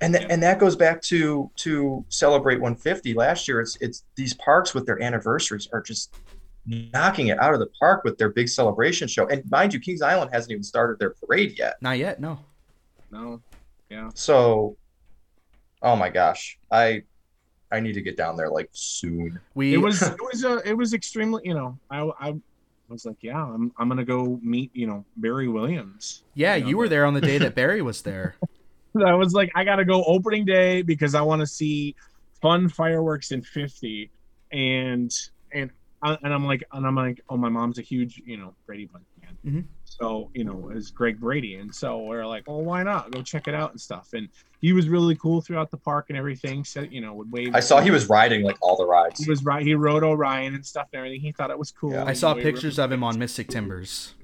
[SPEAKER 3] And th- and that goes back to to celebrate 150 last year. It's it's these parks with their anniversaries are just knocking it out of the park with their big celebration show. And mind you, Kings Island hasn't even started their parade yet.
[SPEAKER 2] Not yet, no.
[SPEAKER 4] No.
[SPEAKER 3] So oh my gosh. I I need to get down there like soon.
[SPEAKER 2] We
[SPEAKER 4] It was it was uh, it was extremely you know I I was like yeah I'm I'm gonna go meet you know Barry Williams.
[SPEAKER 2] yeah,
[SPEAKER 4] know,
[SPEAKER 2] you were
[SPEAKER 4] but-
[SPEAKER 2] there on the day that Barry was there.
[SPEAKER 4] I was like, I gotta go opening day because I want to see fun fireworks in fifty, and and I, and I'm like, and I'm like, oh, my mom's a huge you know Brady Bunch fan,
[SPEAKER 2] Mhm.
[SPEAKER 4] so you know is Greg Brady, and so we're like, well, why not go check it out and stuff, and he was really cool throughout the park and everything, so you know would wave.
[SPEAKER 3] I saw he was riding like all the rides.
[SPEAKER 4] He was right. He rode Orion and stuff and everything. He thought it was cool.
[SPEAKER 3] Yeah.
[SPEAKER 2] I saw pictures of him on Mystic Timbers.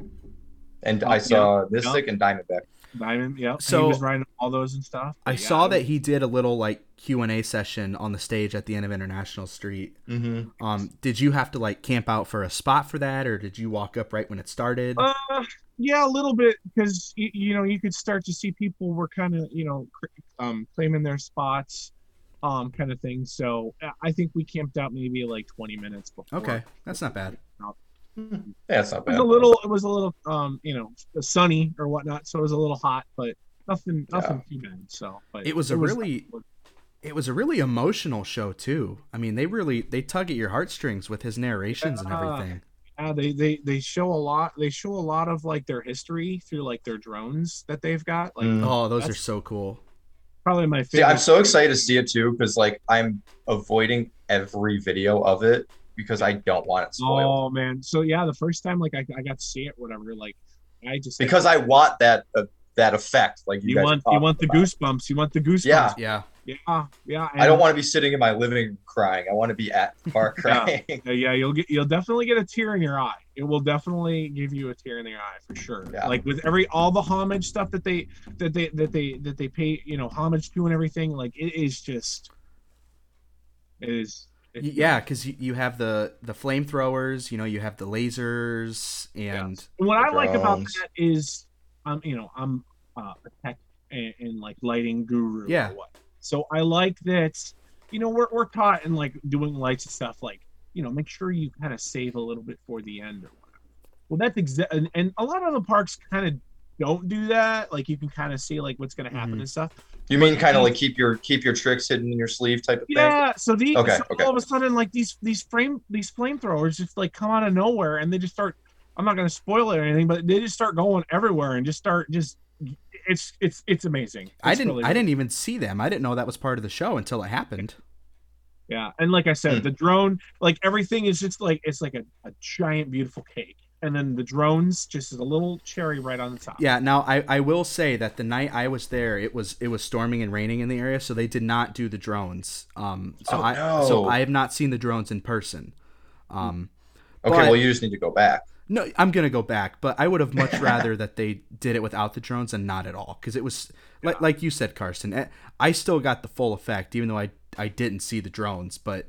[SPEAKER 3] And
[SPEAKER 4] Oh,
[SPEAKER 3] I
[SPEAKER 4] yeah.
[SPEAKER 3] saw Mystic and Diamondback.
[SPEAKER 4] Diamond. Yep.
[SPEAKER 2] So-
[SPEAKER 4] he was riding all those and stuff.
[SPEAKER 2] I
[SPEAKER 4] Yeah,
[SPEAKER 2] saw
[SPEAKER 4] it
[SPEAKER 2] that
[SPEAKER 4] was-
[SPEAKER 2] he did a little like Q&A session on the stage at the end of International Street.
[SPEAKER 3] Mm-hmm.
[SPEAKER 2] Um did you have to like camp out for a spot for that or did you walk up right when it started?
[SPEAKER 4] Uh, yeah, a little bit because you, you know you could start to see people were kind of you know cr- um, claiming their spots, um, kind of thing. So I- I think we camped out maybe like 20 minutes before.
[SPEAKER 2] Okay, that's not bad.
[SPEAKER 3] Hmm. Yeah, it's not
[SPEAKER 4] It
[SPEAKER 3] bad.
[SPEAKER 4] was a little. It was a little um, you know sunny or whatnot, so it was a little hot, but nothing nothing too bad. So but
[SPEAKER 2] It was a really it was a really emotional show too. I mean, they really they tug at your heartstrings with his narrations and
[SPEAKER 4] Yeah.
[SPEAKER 2] everything.
[SPEAKER 4] Yeah, they, they they show a lot. They show a lot of like their history through like their drones that they've got. Like
[SPEAKER 3] Mm.
[SPEAKER 2] Oh, those are
[SPEAKER 4] mm-hmm. That's-
[SPEAKER 2] so cool.
[SPEAKER 4] probably my
[SPEAKER 3] See,
[SPEAKER 4] favorite.
[SPEAKER 3] I'm so excited to see it too because like I'm avoiding every video of it because I don't want it spoiled.
[SPEAKER 4] Oh man, so yeah, the first time like I, I got to see it, whatever. Like I just
[SPEAKER 3] Because I want that uh, that effect. Like you,
[SPEAKER 4] you
[SPEAKER 3] guys
[SPEAKER 4] want
[SPEAKER 3] are
[SPEAKER 4] you want the
[SPEAKER 3] talking about.
[SPEAKER 4] goosebumps, you want the goosebumps.
[SPEAKER 3] Yeah.
[SPEAKER 2] Yeah.
[SPEAKER 4] yeah, yeah.
[SPEAKER 3] I don't
[SPEAKER 4] and-
[SPEAKER 3] want to be sitting in my living room crying. I want to be at the park
[SPEAKER 4] Yeah.
[SPEAKER 3] crying. Yeah.
[SPEAKER 4] Uh, yeah, you'll get you'll definitely get a tear in your eye. It will definitely give you a tear in the eye for sure.
[SPEAKER 3] Yeah.
[SPEAKER 4] Like with every all the homage stuff that they that they that they that they pay you know homage to and everything. Like it is just it is
[SPEAKER 2] Y-
[SPEAKER 4] it-
[SPEAKER 2] Yeah, cuz you, you have the the flamethrowers, you know, you have the lasers and
[SPEAKER 4] And what
[SPEAKER 3] The
[SPEAKER 4] I like about
[SPEAKER 3] drones.
[SPEAKER 4] that is, I'm you know I'm uh, a tech and, and like lighting guru. or
[SPEAKER 2] Yeah.
[SPEAKER 4] what. So I like that. You know, we're we're taught in like doing lights and stuff. Like you know, make sure you kind of save a little bit for the end or whatever. Well, that's exact, and, and a lot of the parks kind of don't do that. Like you can kind of see like what's gonna happen
[SPEAKER 2] Mhm.
[SPEAKER 4] and stuff.
[SPEAKER 3] You mean kind of like keep your keep your tricks hidden in your sleeve type of thing?
[SPEAKER 4] Yeah. So the
[SPEAKER 3] Okay,
[SPEAKER 4] so
[SPEAKER 3] okay.
[SPEAKER 4] all of a sudden, like these these frame these flamethrowers just like come out of nowhere, and they just start. I'm not going to spoil it or anything, but they just start going everywhere and just start just. It's it's it's amazing.
[SPEAKER 2] I
[SPEAKER 4] It's
[SPEAKER 2] didn't
[SPEAKER 4] really-
[SPEAKER 2] I didn't even see them. I didn't know that was part of the show until it happened.
[SPEAKER 4] Yeah, and like I said,
[SPEAKER 3] Hmm.
[SPEAKER 4] the drone, like everything is just like it's like a, a giant beautiful cake, and then the drones just is a little cherry right on the top.
[SPEAKER 2] Yeah, now I I will say that the night I was there, it was it was storming and raining in the area, so they did not do the drones. Um so
[SPEAKER 3] Oh,
[SPEAKER 2] I
[SPEAKER 3] no.
[SPEAKER 2] so I have not seen the drones in person. Um
[SPEAKER 3] Okay,
[SPEAKER 2] But-
[SPEAKER 3] well you just need to go back.
[SPEAKER 2] No, I'm gonna go back, but I would have much rather that they did it without the drones and not at all, because it was like like you said, Carson. eh, I still got the full effect, even though I I didn't see the drones. But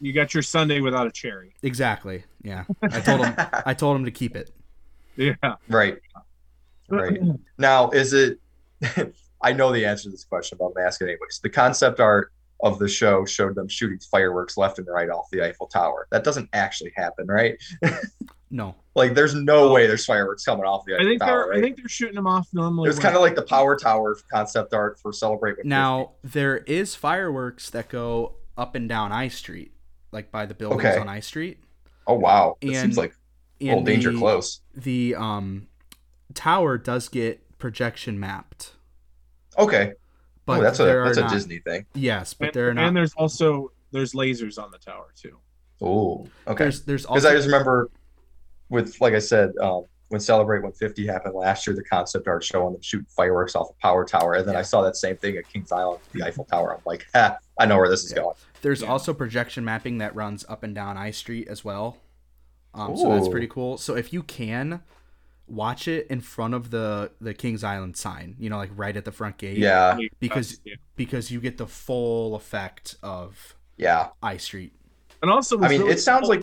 [SPEAKER 4] You got your Sunday without a cherry.
[SPEAKER 2] exactly, yeah. I told him I told him to keep it.
[SPEAKER 4] Yeah.
[SPEAKER 3] Right. Right. Now, is it? I know the answer to this question, but I'm gonna ask it anyways. The concept art of the show showed them shooting fireworks left and right off the Eiffel Tower. That doesn't actually happen, right?
[SPEAKER 2] No,
[SPEAKER 3] Like, there's no way there's fireworks coming off the
[SPEAKER 4] I
[SPEAKER 3] Eiffel
[SPEAKER 4] think
[SPEAKER 3] Tower.
[SPEAKER 4] they're
[SPEAKER 3] right?
[SPEAKER 4] I think they're shooting them off normally.
[SPEAKER 3] it was
[SPEAKER 4] when-
[SPEAKER 3] kind of like the Power Tower concept art for Celebrate. With
[SPEAKER 2] now there is fireworks that go up and down I Street, like by the buildings
[SPEAKER 3] Okay.
[SPEAKER 2] on I Street.
[SPEAKER 3] Disney. oh wow, it
[SPEAKER 2] and
[SPEAKER 3] seems like
[SPEAKER 2] And
[SPEAKER 3] old danger
[SPEAKER 2] the-
[SPEAKER 3] close.
[SPEAKER 2] The um tower does get projection mapped,
[SPEAKER 3] Okay,
[SPEAKER 2] but
[SPEAKER 3] oh, that's a
[SPEAKER 2] there are
[SPEAKER 3] that's a
[SPEAKER 2] not-
[SPEAKER 3] Disney thing.
[SPEAKER 2] Yes, but
[SPEAKER 4] and,
[SPEAKER 2] there are not.
[SPEAKER 4] and there's also there's lasers on the tower too.
[SPEAKER 3] Oh, okay.
[SPEAKER 2] There's there's
[SPEAKER 3] Because
[SPEAKER 2] also
[SPEAKER 3] I just remember with, like I said, um, when Celebrate 150 happened last year, the concept art showing them shoot fireworks off a power tower, and then I saw that same thing at Kings Island, the Eiffel Tower. I'm like, ha, I know where this is
[SPEAKER 2] Yeah.
[SPEAKER 3] going.
[SPEAKER 2] there's
[SPEAKER 4] Yeah.
[SPEAKER 2] also projection mapping that runs up and down I Street as well. Um, so that's
[SPEAKER 3] Ooh.
[SPEAKER 2] pretty cool. So if you can watch it in front of the the Kings Island sign, you know, like right at the front gate.
[SPEAKER 3] Yeah,
[SPEAKER 2] Because-
[SPEAKER 4] yeah.
[SPEAKER 2] Because you get the full effect of
[SPEAKER 3] yeah.
[SPEAKER 2] I Street.
[SPEAKER 4] and also
[SPEAKER 3] I
[SPEAKER 4] what's
[SPEAKER 3] mean,
[SPEAKER 4] really
[SPEAKER 3] it sounds
[SPEAKER 4] cool-
[SPEAKER 3] like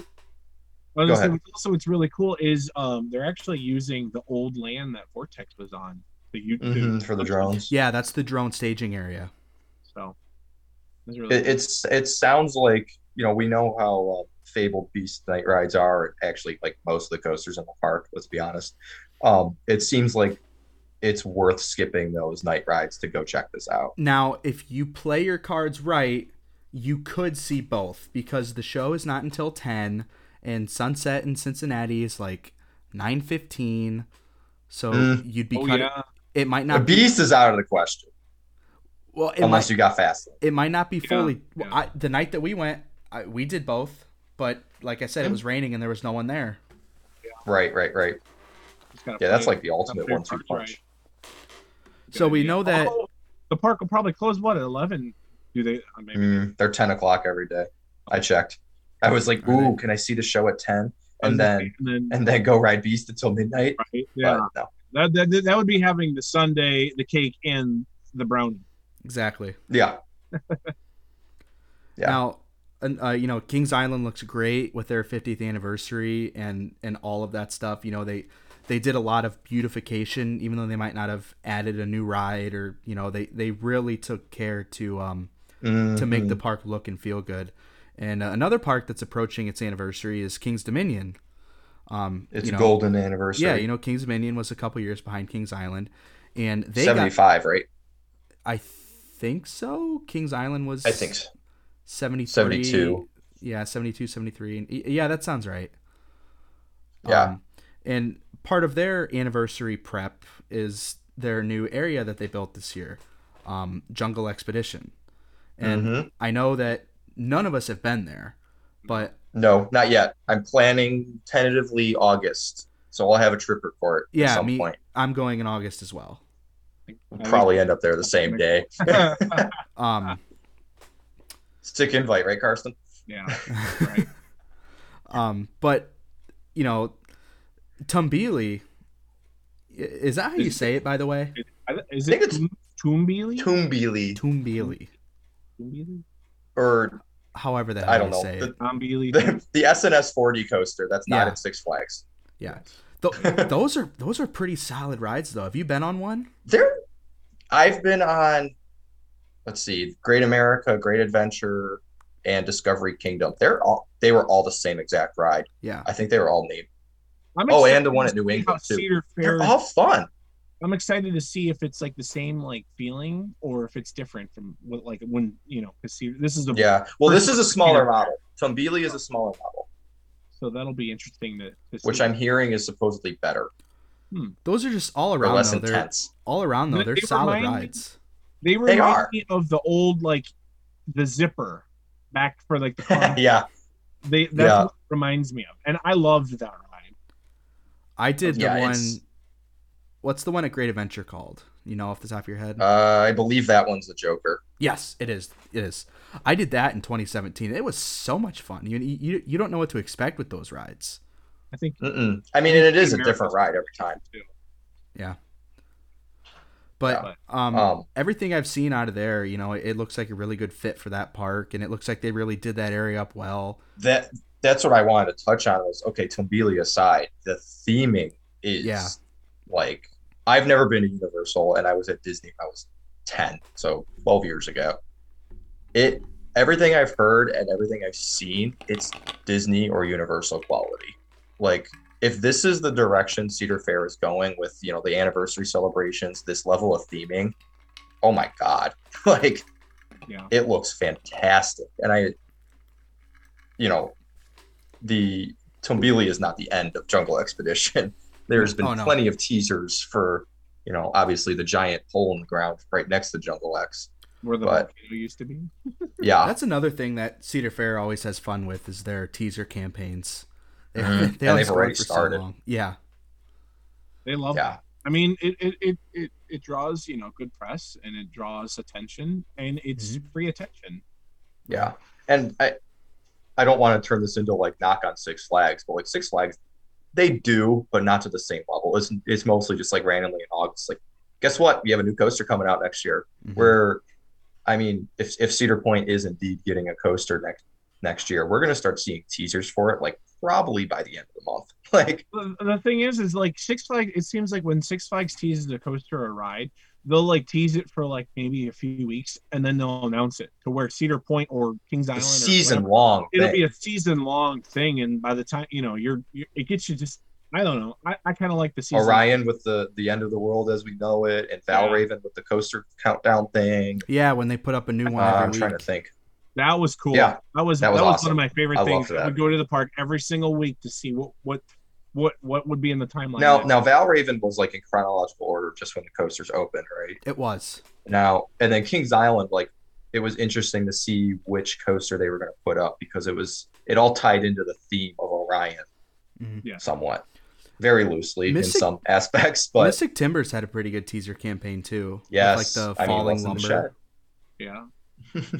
[SPEAKER 4] I was gonna
[SPEAKER 3] Go
[SPEAKER 4] say,
[SPEAKER 3] ahead.
[SPEAKER 4] what's also what's really cool is um they're actually using the old land that Vortex was on the YouTube
[SPEAKER 3] mhm, for the drones.
[SPEAKER 2] Yeah, that's the drone staging area.
[SPEAKER 4] So that's really
[SPEAKER 3] It, it's it sounds like you know we know how uh, fabled beast night rides are actually like most of the coasters in the park. Let's be honest. Um, it seems like it's worth skipping those night rides to go check this out.
[SPEAKER 2] Now, if you play your cards right, you could see both because the show is not until 10 and sunset in Cincinnati is like 9:15. So
[SPEAKER 3] Mm.
[SPEAKER 2] you'd be
[SPEAKER 4] cool. oh
[SPEAKER 2] cut-
[SPEAKER 4] yeah
[SPEAKER 2] it might
[SPEAKER 3] The
[SPEAKER 2] not be
[SPEAKER 3] beast is out of the question
[SPEAKER 2] well it
[SPEAKER 3] unless
[SPEAKER 2] might,
[SPEAKER 3] you got fast.
[SPEAKER 2] it might not be
[SPEAKER 4] Yeah,
[SPEAKER 2] fully well,
[SPEAKER 4] yeah.
[SPEAKER 2] I, the night that we went, I, we did both, but like I said
[SPEAKER 4] Hmm.
[SPEAKER 2] it was raining and there was no one there.
[SPEAKER 3] Right, right, right.
[SPEAKER 4] It's gotta
[SPEAKER 3] Yeah, that's
[SPEAKER 4] play-
[SPEAKER 3] like the ultimate
[SPEAKER 4] play your
[SPEAKER 3] one-two
[SPEAKER 4] cards
[SPEAKER 3] punch.
[SPEAKER 4] right. Good
[SPEAKER 2] So we
[SPEAKER 4] idea. Oh.
[SPEAKER 2] know that
[SPEAKER 4] Although, the park will probably close what at eleven. Do they? uh, Maybe
[SPEAKER 3] Mm, they're ten o'clock every day. I checked. I was
[SPEAKER 2] Are
[SPEAKER 3] like,
[SPEAKER 2] they?
[SPEAKER 3] ooh, can I see the show at ten?
[SPEAKER 4] I was
[SPEAKER 3] And
[SPEAKER 4] gonna
[SPEAKER 3] then
[SPEAKER 4] say, and then
[SPEAKER 3] and then go ride beast until midnight.
[SPEAKER 4] right, yeah,
[SPEAKER 3] But no.
[SPEAKER 4] that, that that would be having the Sunday, the cake, and the brownie.
[SPEAKER 2] exactly.
[SPEAKER 3] Yeah. Yeah.
[SPEAKER 2] Now, and, uh, you know, Kings Island looks great with their 50th anniversary and and all of that stuff. You know, they they did a lot of beautification, even though they might not have added a new ride or you know they they really took care to um
[SPEAKER 3] Mm-hmm.
[SPEAKER 2] to make the park look and feel good. And uh, another park that's approaching its anniversary is Kings Dominion. Um,
[SPEAKER 3] it's
[SPEAKER 2] you know,
[SPEAKER 3] golden anniversary.
[SPEAKER 2] Yeah, you know, Kings Dominion was a couple years behind Kings Island, and they got
[SPEAKER 3] 75, right?
[SPEAKER 2] I think so. Kings Island was
[SPEAKER 3] I think so.
[SPEAKER 2] 73
[SPEAKER 3] 72.
[SPEAKER 2] yeah 72 73 and y- yeah that sounds right Um,
[SPEAKER 3] Yeah.
[SPEAKER 2] and part of their anniversary prep is their new area that they built this year um, jungle expedition and
[SPEAKER 3] Mhm.
[SPEAKER 2] i know that none of us have been there but
[SPEAKER 3] No, not yet. I'm planning tentatively August. So I'll have a trip report
[SPEAKER 2] Yeah,
[SPEAKER 3] at some
[SPEAKER 2] me-
[SPEAKER 3] point.
[SPEAKER 2] i'm going in august as well
[SPEAKER 3] We'll probably end up there the same day.
[SPEAKER 2] um,
[SPEAKER 3] Stick invite, right, Karsten?
[SPEAKER 4] yeah,
[SPEAKER 3] Ah.
[SPEAKER 4] right.
[SPEAKER 2] um, but you know tumbili i- is that how you
[SPEAKER 4] Is-
[SPEAKER 2] say it by the way
[SPEAKER 4] I th- Is
[SPEAKER 3] I think
[SPEAKER 4] it
[SPEAKER 3] it's-
[SPEAKER 4] Toombili?
[SPEAKER 3] Toombili
[SPEAKER 2] tumbili
[SPEAKER 4] Toombili?
[SPEAKER 3] or
[SPEAKER 2] however the hell
[SPEAKER 3] I don't
[SPEAKER 2] you
[SPEAKER 3] know.
[SPEAKER 2] say it.
[SPEAKER 3] The,
[SPEAKER 4] Toombili?
[SPEAKER 3] the, the SNS 4D coaster that's not
[SPEAKER 2] Yeah.
[SPEAKER 3] at Six Flags.
[SPEAKER 2] Yeah. Th- those are those are pretty solid rides though. Have you been on one?
[SPEAKER 3] There I've been on let's see, Great America, Great Adventure and Discovery Kingdom. They're all they were all the same exact ride.
[SPEAKER 2] Yeah.
[SPEAKER 3] I think they were all named.
[SPEAKER 4] I'm
[SPEAKER 3] Oh,
[SPEAKER 4] excited
[SPEAKER 3] and the one
[SPEAKER 4] to
[SPEAKER 3] at New
[SPEAKER 4] see
[SPEAKER 3] England, too. Oh,
[SPEAKER 4] how Cedar Fair.
[SPEAKER 3] They're all fun.
[SPEAKER 4] I'm excited to see if it's like the same like feeling or if it's different from what like when you know because Cedar. This is the
[SPEAKER 3] Yeah. Well, this is a smaller
[SPEAKER 4] Peter.
[SPEAKER 3] model. Tumbili is a smaller model,
[SPEAKER 4] so that'll be interesting to, to see.
[SPEAKER 3] which I'm hearing is supposedly better
[SPEAKER 2] Those are just all
[SPEAKER 3] or
[SPEAKER 2] around
[SPEAKER 3] less
[SPEAKER 2] though. They're
[SPEAKER 3] intense.
[SPEAKER 2] all around though.
[SPEAKER 4] They-
[SPEAKER 2] They're
[SPEAKER 4] they
[SPEAKER 2] solid
[SPEAKER 4] remind me-
[SPEAKER 2] rides.
[SPEAKER 4] They remind
[SPEAKER 3] are.
[SPEAKER 4] me of the old like the zipper back for like the car.
[SPEAKER 3] yeah.
[SPEAKER 4] They that's
[SPEAKER 3] Yeah.
[SPEAKER 4] what it reminds me of, and I loved that ride.
[SPEAKER 2] I did the
[SPEAKER 3] Yeah,
[SPEAKER 2] one
[SPEAKER 3] it's-
[SPEAKER 2] what's the one at Great Adventure called? You know off the top of your head?
[SPEAKER 3] Uh, I believe that one's the Joker.
[SPEAKER 2] yes, it is. It is. I did that in 2017. It was so much fun. You you, you don't know what to expect with those rides.
[SPEAKER 4] I think
[SPEAKER 3] Mm-mm. I mean, and it is a
[SPEAKER 4] America's
[SPEAKER 3] different ride every time.
[SPEAKER 4] too.
[SPEAKER 2] But um,
[SPEAKER 3] Um,
[SPEAKER 2] everything I've seen out of there, you know, it, it looks like a really good fit for that park and it looks like they really did that area up well.
[SPEAKER 3] that that's what I wanted to touch on was okay. Tumbili aside, the theming is
[SPEAKER 2] Yeah.
[SPEAKER 3] like I've never been to Universal, and I was at Disney when I was ten, so twelve years ago. It everything I've heard and everything I've seen, it's Disney or Universal quality. Like if this is the direction Cedar Fair is going with you know the anniversary celebrations, this level of theming, oh my god, like
[SPEAKER 4] Yeah,
[SPEAKER 3] it looks fantastic. And I, you know, the Tombili is not the end of Jungle Expedition. There's been
[SPEAKER 2] Oh, no.
[SPEAKER 3] plenty of teasers for, you know, obviously the giant hole in the ground right next to Jungle X.
[SPEAKER 4] where the
[SPEAKER 3] But-
[SPEAKER 4] volcano used to be.
[SPEAKER 3] Yeah,
[SPEAKER 2] That's another thing that Cedar Fair always has fun with is their teaser campaigns. They,
[SPEAKER 3] Mhm. And
[SPEAKER 2] they always
[SPEAKER 3] they've
[SPEAKER 2] go
[SPEAKER 3] already
[SPEAKER 2] on for so
[SPEAKER 3] started.
[SPEAKER 2] long. Yeah,
[SPEAKER 4] They love
[SPEAKER 3] yeah.
[SPEAKER 4] that. I mean, it it, it it it draws you know good press and it draws attention and it's
[SPEAKER 3] Mm-hmm.
[SPEAKER 4] free attention.
[SPEAKER 3] Yeah, and I, I don't want to turn this into like knock on Six Flags, but like Six Flags, they do, but not to the same level. It's it's mostly just like randomly in August. Like, guess what? We have a new coaster coming out next year.
[SPEAKER 2] Mhm.
[SPEAKER 3] Where, I mean, if if Cedar Point is indeed getting a coaster next next year, we're gonna start seeing teasers for it. Like probably by the end of the month. Like,
[SPEAKER 4] The, the thing is, is like Six Flags. It seems like when Six Flags teases a coaster or a ride, they'll like tease it for like maybe a few weeks and then they'll announce it to where Cedar Point or Kings
[SPEAKER 3] a
[SPEAKER 4] Island or
[SPEAKER 3] season
[SPEAKER 4] whatever,
[SPEAKER 3] long.
[SPEAKER 4] It'll be
[SPEAKER 3] thing.
[SPEAKER 4] a season long thing, and by the time you know, you're, you're it gets you just. I don't know. I, I kind of like the season.
[SPEAKER 3] Orion with the the end of the world as we know it, and
[SPEAKER 4] Yeah.
[SPEAKER 3] Valraven with the coaster countdown thing.
[SPEAKER 2] yeah. When they put up a new
[SPEAKER 3] Uh,
[SPEAKER 2] one every
[SPEAKER 3] I'm
[SPEAKER 2] week.
[SPEAKER 3] trying to think.
[SPEAKER 4] That was cool.
[SPEAKER 3] Yeah,
[SPEAKER 4] that was
[SPEAKER 3] that
[SPEAKER 4] that
[SPEAKER 3] was
[SPEAKER 4] was,
[SPEAKER 3] awesome.
[SPEAKER 4] one of my favorite
[SPEAKER 3] I
[SPEAKER 4] things.
[SPEAKER 3] loved
[SPEAKER 4] I would
[SPEAKER 3] that.
[SPEAKER 4] go to the park every single week to see what what what what would be in the timeline.
[SPEAKER 3] Now, now Valraven was like in chronological order, just when the coasters open, right?
[SPEAKER 2] It was.
[SPEAKER 3] Now, and then Kings Island, like it was interesting to see which coaster they were going to put up because it was it all tied into the theme of Orion
[SPEAKER 2] Mhm.
[SPEAKER 4] Yeah.
[SPEAKER 3] somewhat, very loosely
[SPEAKER 2] Mystic-
[SPEAKER 3] in some aspects, but
[SPEAKER 2] Mystic Timbers had a pretty good teaser campaign too. with,
[SPEAKER 3] Yes,
[SPEAKER 2] like the
[SPEAKER 3] I mean,
[SPEAKER 2] falling
[SPEAKER 3] what's in the shed?
[SPEAKER 2] lumber.
[SPEAKER 4] yeah.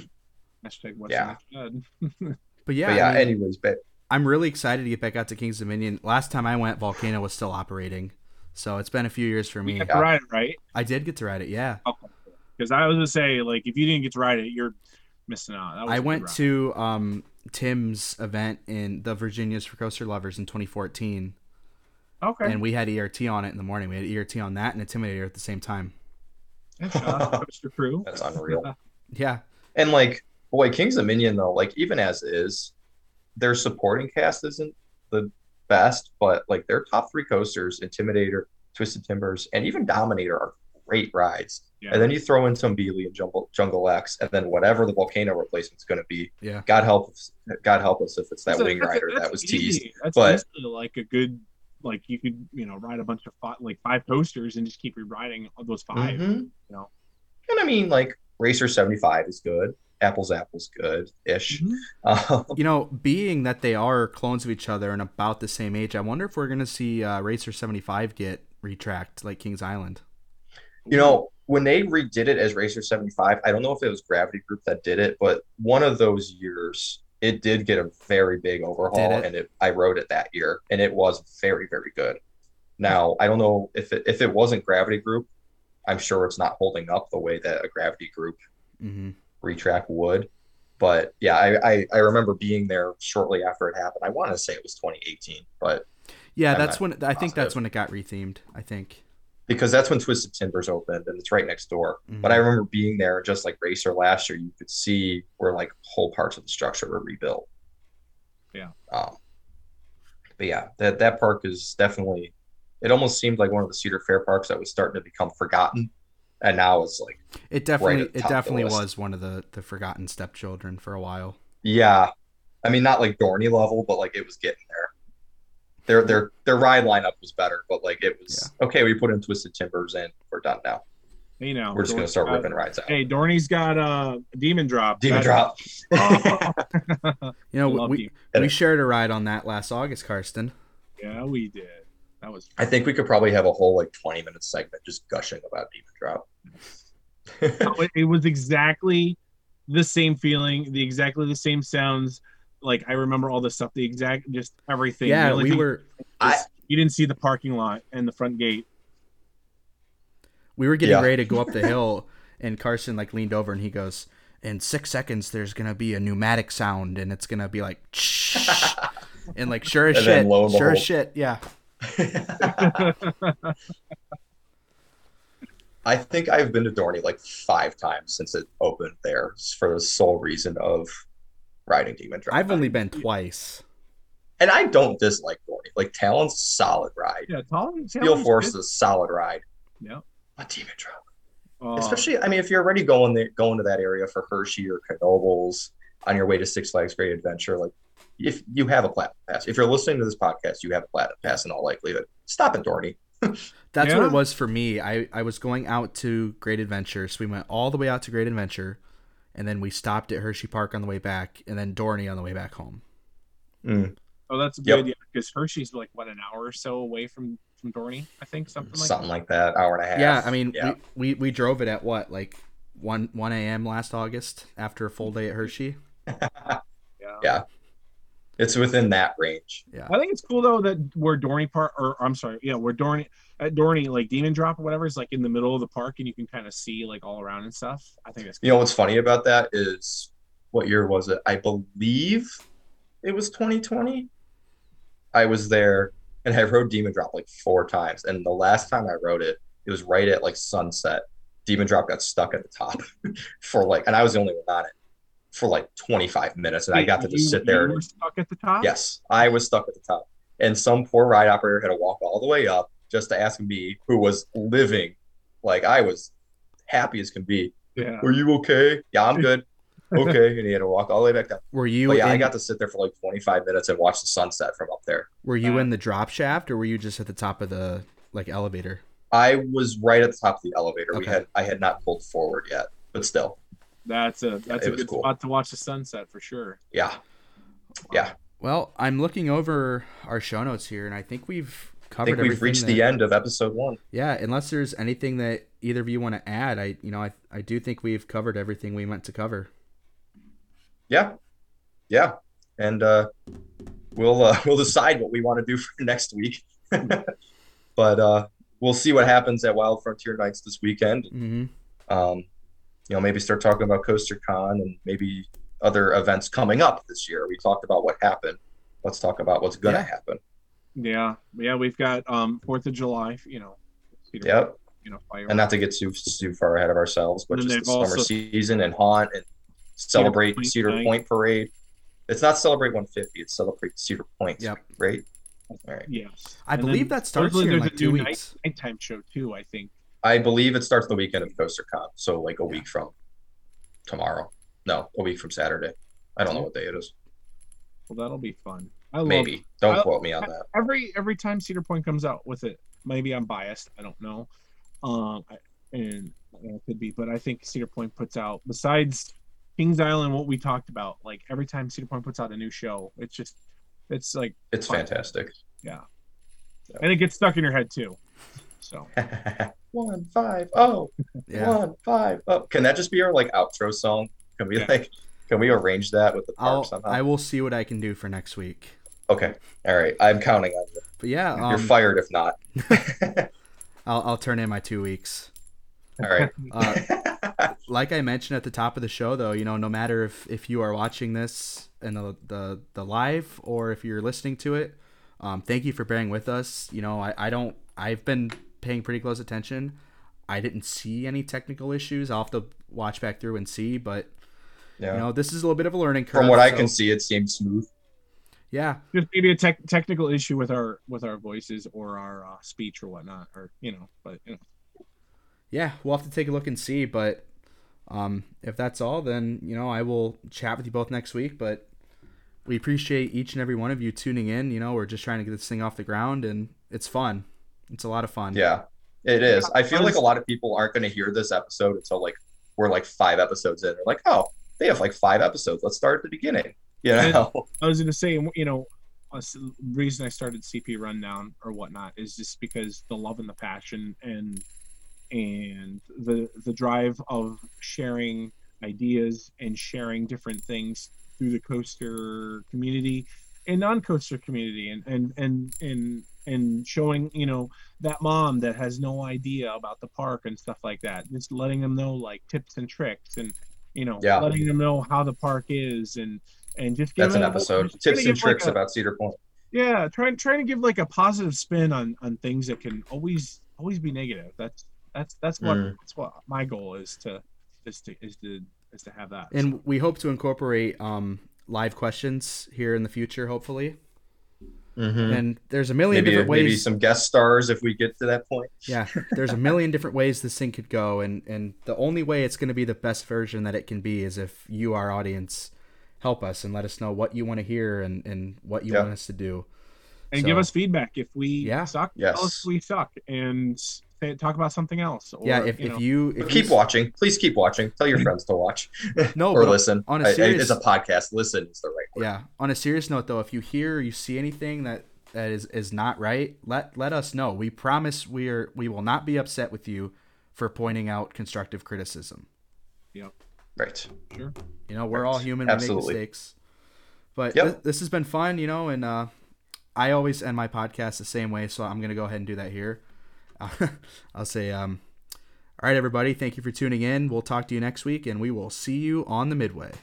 [SPEAKER 4] Hashtag what's
[SPEAKER 3] Yeah.
[SPEAKER 4] in the shed.
[SPEAKER 2] But
[SPEAKER 3] but
[SPEAKER 2] yeah,
[SPEAKER 3] yeah.
[SPEAKER 2] I mean,
[SPEAKER 3] anyways, but
[SPEAKER 2] I'm really excited to get back out to Kings Dominion. Last time I went, Volcano was still operating, so it's been a few years for
[SPEAKER 4] we
[SPEAKER 2] me.
[SPEAKER 4] got
[SPEAKER 3] Yeah.
[SPEAKER 4] to ride it, right?
[SPEAKER 2] I did get to ride it. Yeah,
[SPEAKER 4] Because I was gonna say, like, if you didn't get to ride it, you're missing out. That was a
[SPEAKER 2] I
[SPEAKER 4] good
[SPEAKER 2] went
[SPEAKER 4] ride.
[SPEAKER 2] to um, Tim's event in the Virginias for Coaster Lovers in 2014,
[SPEAKER 4] okay.
[SPEAKER 2] and we had ERT on it in the morning. We had ERT on that and Intimidator at the same time.
[SPEAKER 4] Shout out to Mr. Crew.
[SPEAKER 3] that's unreal.
[SPEAKER 2] Yeah,
[SPEAKER 3] And like, boy, Kings of Minion though, like even as is, their supporting cast isn't the best, but like their top three coasters, Intimidator, Twisted Timbers, and even Dominator are great rides.
[SPEAKER 4] Yeah.
[SPEAKER 3] And then you throw in some Beely and Jungle, Jungle X, and then whatever the volcano replacement's going to be.
[SPEAKER 2] Yeah.
[SPEAKER 3] God help, us- God help us if it's that
[SPEAKER 4] That's a-
[SPEAKER 3] wing
[SPEAKER 4] that's a-
[SPEAKER 3] rider that
[SPEAKER 4] that's
[SPEAKER 3] was
[SPEAKER 4] easy.
[SPEAKER 3] teased.
[SPEAKER 4] That's
[SPEAKER 3] but-
[SPEAKER 4] easily, like a good, like you could you know ride a bunch of five, like five posters and just keep rewriting those 5
[SPEAKER 2] Mm-hmm.
[SPEAKER 3] Mhm.
[SPEAKER 4] know.
[SPEAKER 3] And I mean, like Racer seventy five is good. Apples Apples Um, good ish.
[SPEAKER 4] Mhm.
[SPEAKER 2] you know, being that they are clones of each other and about the same age, I wonder if we're gonna see uh, Racer 75 get retracked like Kings Island.
[SPEAKER 3] you know
[SPEAKER 2] Mm-hmm.
[SPEAKER 3] when they redid it as racer 75 i don't know if it was gravity group that did it but one of those years it did get a very big overhaul
[SPEAKER 2] Did it?
[SPEAKER 3] and it i rode it that year and it was very very good now i don't know if it, if it wasn't gravity group i'm sure it's not holding up the way that a gravity group
[SPEAKER 2] Mm-hmm.
[SPEAKER 3] retrack would but yeah I, I i remember being there shortly after it happened i want to say it was 2018 but
[SPEAKER 2] Yeah,
[SPEAKER 3] I'm
[SPEAKER 2] that's
[SPEAKER 3] not
[SPEAKER 2] when I think
[SPEAKER 3] positive.
[SPEAKER 2] that's when it got rethemed. I think.
[SPEAKER 3] because that's when twisted timbers opened and it's right next door But I remember being there, just like Racer last year, you could see where like whole parts of the structure were rebuilt.
[SPEAKER 4] Yeah.
[SPEAKER 3] Um, but yeah, that that park is definitely. It almost seemed like one of the Cedar Fair parks that was starting to become forgotten, and now it's like,
[SPEAKER 2] it definitely
[SPEAKER 3] at the top
[SPEAKER 2] it
[SPEAKER 3] of the
[SPEAKER 2] definitely
[SPEAKER 3] list.
[SPEAKER 2] was one of the the forgotten stepchildren for a while.
[SPEAKER 3] yeah, I mean, not like Dorney level, but like it was getting there. Their their their ride lineup was better, but like it was okay. We put in Twisted Timbers, and we're done now.
[SPEAKER 4] Hey now
[SPEAKER 3] We're just gonna
[SPEAKER 4] Dorney's
[SPEAKER 3] start
[SPEAKER 4] got-
[SPEAKER 3] ripping rides out.
[SPEAKER 4] Hey, Dorney's got a uh, demon drop.
[SPEAKER 3] Demon drop.
[SPEAKER 4] Oh.
[SPEAKER 2] You know,
[SPEAKER 4] Love
[SPEAKER 2] we
[SPEAKER 4] you.
[SPEAKER 2] we shared a ride on that last August, Karsten.
[SPEAKER 4] yeah, we did. That was
[SPEAKER 3] I think we could probably have a whole like 20 minute segment just gushing about Demon Drop.
[SPEAKER 4] No, Oh, it, it was exactly the same feeling, the exactly the same sounds. Like I remember all the stuff, the exact, just everything. The
[SPEAKER 2] Yeah,
[SPEAKER 4] only
[SPEAKER 2] we
[SPEAKER 4] thing
[SPEAKER 2] were
[SPEAKER 3] I-
[SPEAKER 4] is you didn't see the parking lot and the front gate.
[SPEAKER 2] we were getting
[SPEAKER 3] Yeah.
[SPEAKER 2] ready to go up the hill, and Carson like leaned over and he goes, "In six seconds, there's gonna be a pneumatic sound, and it's gonna be like." And like sure as
[SPEAKER 3] And then
[SPEAKER 2] shit,
[SPEAKER 3] lo and
[SPEAKER 2] sure as
[SPEAKER 3] behold.
[SPEAKER 2] shit, yeah.
[SPEAKER 3] I think I've been to Dorney like five times since it opened there for the sole reason of riding Demon Drop.
[SPEAKER 2] I've only been twice.
[SPEAKER 3] and I don't dislike Dorney. Like Talon's a solid ride.
[SPEAKER 4] Yeah, Talon.
[SPEAKER 3] Steel Force is a solid ride.
[SPEAKER 4] Yeah.
[SPEAKER 3] But Demon Drop.
[SPEAKER 4] Uh,
[SPEAKER 3] Especially I mean if you're already going there going to that area for Hershey or Knoebels on your way to Six Flags Great Adventure, like if you have a platinum pass, if you're listening to this podcast, you have a platinum pass in all likelihood. Stop at Dorney.
[SPEAKER 2] That's what
[SPEAKER 4] Yeah.
[SPEAKER 2] it was for me. I, I was going out to Great Adventure, so we went all the way out to Great Adventure, and then we stopped at Hershey Park on the way back, and then Dorney on the way back home.
[SPEAKER 3] Mm,
[SPEAKER 4] Oh, that's
[SPEAKER 3] Yep.
[SPEAKER 4] good. Yeah, because Hershey's like what an hour or so away from from Dorney, I think something like
[SPEAKER 3] something like that, hour and a half.
[SPEAKER 2] Yeah, I mean,
[SPEAKER 3] yeah,
[SPEAKER 2] We, we we drove it at what like one one a.m. last August after a full day at Hershey.
[SPEAKER 4] Yeah.
[SPEAKER 3] Yeah. it's within that range.
[SPEAKER 4] I think it's cool though that where Dorney Park, or I'm sorry, yeah, where Dorney at Dorney, like Demon Drop or whatever, is like in the middle of the park, and you can kind of see like all around and stuff. I think that's
[SPEAKER 3] You know what's funny about that is what year was it? I believe it was 2020. I was there and I rode Demon Drop like four times. And the last time I rode it, it was right at like sunset. Demon Drop got stuck at the top for like, and I was the only one on it for like 25 minutes. And I got to
[SPEAKER 4] You-
[SPEAKER 3] just sit
[SPEAKER 4] You
[SPEAKER 3] there.
[SPEAKER 4] were stuck at the top.
[SPEAKER 3] Yes, I was stuck at the top. And some poor ride operator had to walk all the way up just to ask me, who was living like I was happy as can be.
[SPEAKER 4] Yeah.
[SPEAKER 3] Are you okay? Yeah, I'm good. okay. And he had to walk all the way back down.
[SPEAKER 2] Were you?
[SPEAKER 3] But yeah, I
[SPEAKER 2] in-
[SPEAKER 3] got to sit there for like 25 minutes and watch the sunset from up there.
[SPEAKER 2] Were you in the drop shaft or were you just at the top of the like elevator?
[SPEAKER 3] I was right at the top of the elevator. We
[SPEAKER 2] Okay.
[SPEAKER 3] had I had not pulled forward yet, but still,
[SPEAKER 4] That's a that's
[SPEAKER 3] it
[SPEAKER 4] a
[SPEAKER 3] was
[SPEAKER 4] good
[SPEAKER 3] cool.
[SPEAKER 4] spot to watch the sunset for sure.
[SPEAKER 3] yeah.
[SPEAKER 2] Well, I'm looking over our show notes here, and I think we've
[SPEAKER 3] I
[SPEAKER 2] covered.
[SPEAKER 3] think we've
[SPEAKER 2] everything
[SPEAKER 3] reached
[SPEAKER 2] that,
[SPEAKER 3] the end of episode one.
[SPEAKER 2] Yeah, unless there's anything that either of you want to add, I you know I I do think we've covered everything we meant to cover.
[SPEAKER 3] Yeah, yeah, and uh, we'll uh, we'll decide what we want to do for next week. but uh, we'll see what happens at Wild Frontier Nights this weekend.
[SPEAKER 2] Mm-hmm.
[SPEAKER 3] Um, you know, maybe start talking about Coaster Con and maybe other events coming up this year. We talked about what happened. Let's talk about what's going to
[SPEAKER 2] Yeah.
[SPEAKER 3] happen.
[SPEAKER 4] Yeah, yeah, we've got um Fourth of July. You know. Cedar
[SPEAKER 3] Yep.
[SPEAKER 4] Point, You know, fireworks.
[SPEAKER 3] and not to get too too far ahead of ourselves, but
[SPEAKER 4] And
[SPEAKER 3] just
[SPEAKER 4] they've
[SPEAKER 3] the summer
[SPEAKER 4] also-
[SPEAKER 3] season and haunt and celebrate Cedar
[SPEAKER 4] Point
[SPEAKER 3] Point,
[SPEAKER 4] Night.
[SPEAKER 3] Parade. It's not celebrate 150; it's celebrate Cedar Point.
[SPEAKER 2] Yep.
[SPEAKER 3] Right. All right.
[SPEAKER 4] Yes.
[SPEAKER 2] I
[SPEAKER 4] And
[SPEAKER 2] believe
[SPEAKER 4] then
[SPEAKER 2] that starts
[SPEAKER 4] supposedly
[SPEAKER 2] here in
[SPEAKER 4] there's
[SPEAKER 2] like
[SPEAKER 4] a
[SPEAKER 2] two
[SPEAKER 4] new night-
[SPEAKER 2] weeks.
[SPEAKER 4] Nighttime show too. I think.
[SPEAKER 3] I believe it starts the weekend of Coaster Con, so like a week from tomorrow. No, a week from Saturday. I don't know what day it is.
[SPEAKER 4] Well, that'll be fun. I love
[SPEAKER 3] Maybe. Don't
[SPEAKER 4] I-
[SPEAKER 3] quote me on that.
[SPEAKER 4] every every time Cedar Point comes out with it, maybe I'm biased. I don't know, um, I, and I could be, but I think Cedar Point puts out besides Kings Island, what we talked about. Like every time Cedar Point puts out a new show, it's just it's like
[SPEAKER 3] It's
[SPEAKER 4] Fine.
[SPEAKER 3] fantastic.
[SPEAKER 4] and it gets stuck in your head too. So
[SPEAKER 3] one five oh
[SPEAKER 2] Yeah,
[SPEAKER 3] one five oh. Can that just be our like outro song? Can we
[SPEAKER 4] Yeah.
[SPEAKER 3] like? Can we arrange that with the
[SPEAKER 2] I'll
[SPEAKER 3] park somehow?
[SPEAKER 2] I will see what I can do for next week.
[SPEAKER 3] Okay. All right. I'm counting on you.
[SPEAKER 2] But yeah,
[SPEAKER 3] You're
[SPEAKER 2] um,
[SPEAKER 3] fired if not.
[SPEAKER 2] I'll I'll turn in my two weeks.
[SPEAKER 3] All right.
[SPEAKER 2] Uh, like I mentioned at the top of the show, though, you know, no matter if if you are watching this in the the, the live or if you're listening to it, um, thank you for bearing with us. You know, I, I don't I've been paying pretty close attention. I didn't see any technical issues. I'll have to watch back through and see, but
[SPEAKER 3] yeah.
[SPEAKER 2] you know, this is a little bit of a learning curve.
[SPEAKER 3] From what I
[SPEAKER 2] so-
[SPEAKER 3] can see, it seems smooth.
[SPEAKER 2] yeah,
[SPEAKER 4] just maybe a tech technical issue with our with our voices or our uh, speech or whatnot, or you know, but you know,
[SPEAKER 2] yeah, we'll have to take a look and see. But um, if that's all, then you know I will chat with you both next week. But we appreciate each and every one of you tuning in. You know, we're just trying to get this thing off the ground, and it's fun. It's a lot of fun.
[SPEAKER 3] Yeah, it is. I feel like a lot of people aren't going to hear this episode until like we're like five episodes in. They're like, oh, they have like five episodes. Let's start at the beginning. You know?
[SPEAKER 4] I was going to say, you know, a s- reason I started CP Rundown or whatnot is just because the love and the passion and and the the drive of sharing ideas and sharing different things through the coaster community and non-coaster community and and and and and showing you know that mom that has no idea about the park and stuff like that just letting them know like tips and tricks and you know
[SPEAKER 3] Yeah.
[SPEAKER 4] letting them know how the park is and and just
[SPEAKER 3] That's
[SPEAKER 4] giving
[SPEAKER 3] an
[SPEAKER 4] them-
[SPEAKER 3] episode.
[SPEAKER 4] just
[SPEAKER 3] Tips
[SPEAKER 4] gonna
[SPEAKER 3] and
[SPEAKER 4] give, like,
[SPEAKER 3] tricks
[SPEAKER 4] a-
[SPEAKER 3] about Cedar Point.
[SPEAKER 4] yeah trying trying to give like a positive spin on on things that can always always be negative that's that's that's what
[SPEAKER 3] Mm.
[SPEAKER 4] that's what my goal is to is to is to is to have that
[SPEAKER 2] And we hope to incorporate um, live questions here in the future, hopefully. And there's a million
[SPEAKER 3] Mm-hmm. Maybe,
[SPEAKER 2] different
[SPEAKER 3] maybe
[SPEAKER 2] ways.
[SPEAKER 3] some guest stars if we get to that point.
[SPEAKER 2] yeah, there's a million different ways this thing could go, and and the only way it's going to be the best version that it can be is if you, our audience, help us and let us know what you want to hear and and what you
[SPEAKER 3] Yeah.
[SPEAKER 2] want us to do.
[SPEAKER 4] and
[SPEAKER 2] So-
[SPEAKER 4] give us feedback if we
[SPEAKER 2] Yeah.
[SPEAKER 4] suck.
[SPEAKER 3] Yes.
[SPEAKER 4] Tell us we suck and say, talk about something else. Or,
[SPEAKER 2] yeah, if,
[SPEAKER 4] you know,
[SPEAKER 2] if you if
[SPEAKER 3] But
[SPEAKER 2] you
[SPEAKER 3] keep
[SPEAKER 2] s-
[SPEAKER 3] watching. Please keep watching. Tell your friends to watch
[SPEAKER 2] no,
[SPEAKER 3] or
[SPEAKER 2] Oh, but-
[SPEAKER 3] listen.
[SPEAKER 2] on a
[SPEAKER 3] I- I-
[SPEAKER 2] serious-
[SPEAKER 3] it's a podcast. Listen is the right word.
[SPEAKER 2] Yeah. On a serious note, though, if you hear or you see anything that that is is not right, let let us know. We promise we are we will not be upset with you for pointing out constructive criticism.
[SPEAKER 3] Right.
[SPEAKER 2] You know, we're all human. We
[SPEAKER 3] Absolutely.
[SPEAKER 2] make mistakes. But
[SPEAKER 3] Yep.
[SPEAKER 2] thi- this has been fun, you know, and uh, I always end my podcast the same way, so I'm going to go ahead and do that here. I'll say, um, all right, everybody, thank you for tuning in. We'll talk to you next week, and we will see you on the Midway.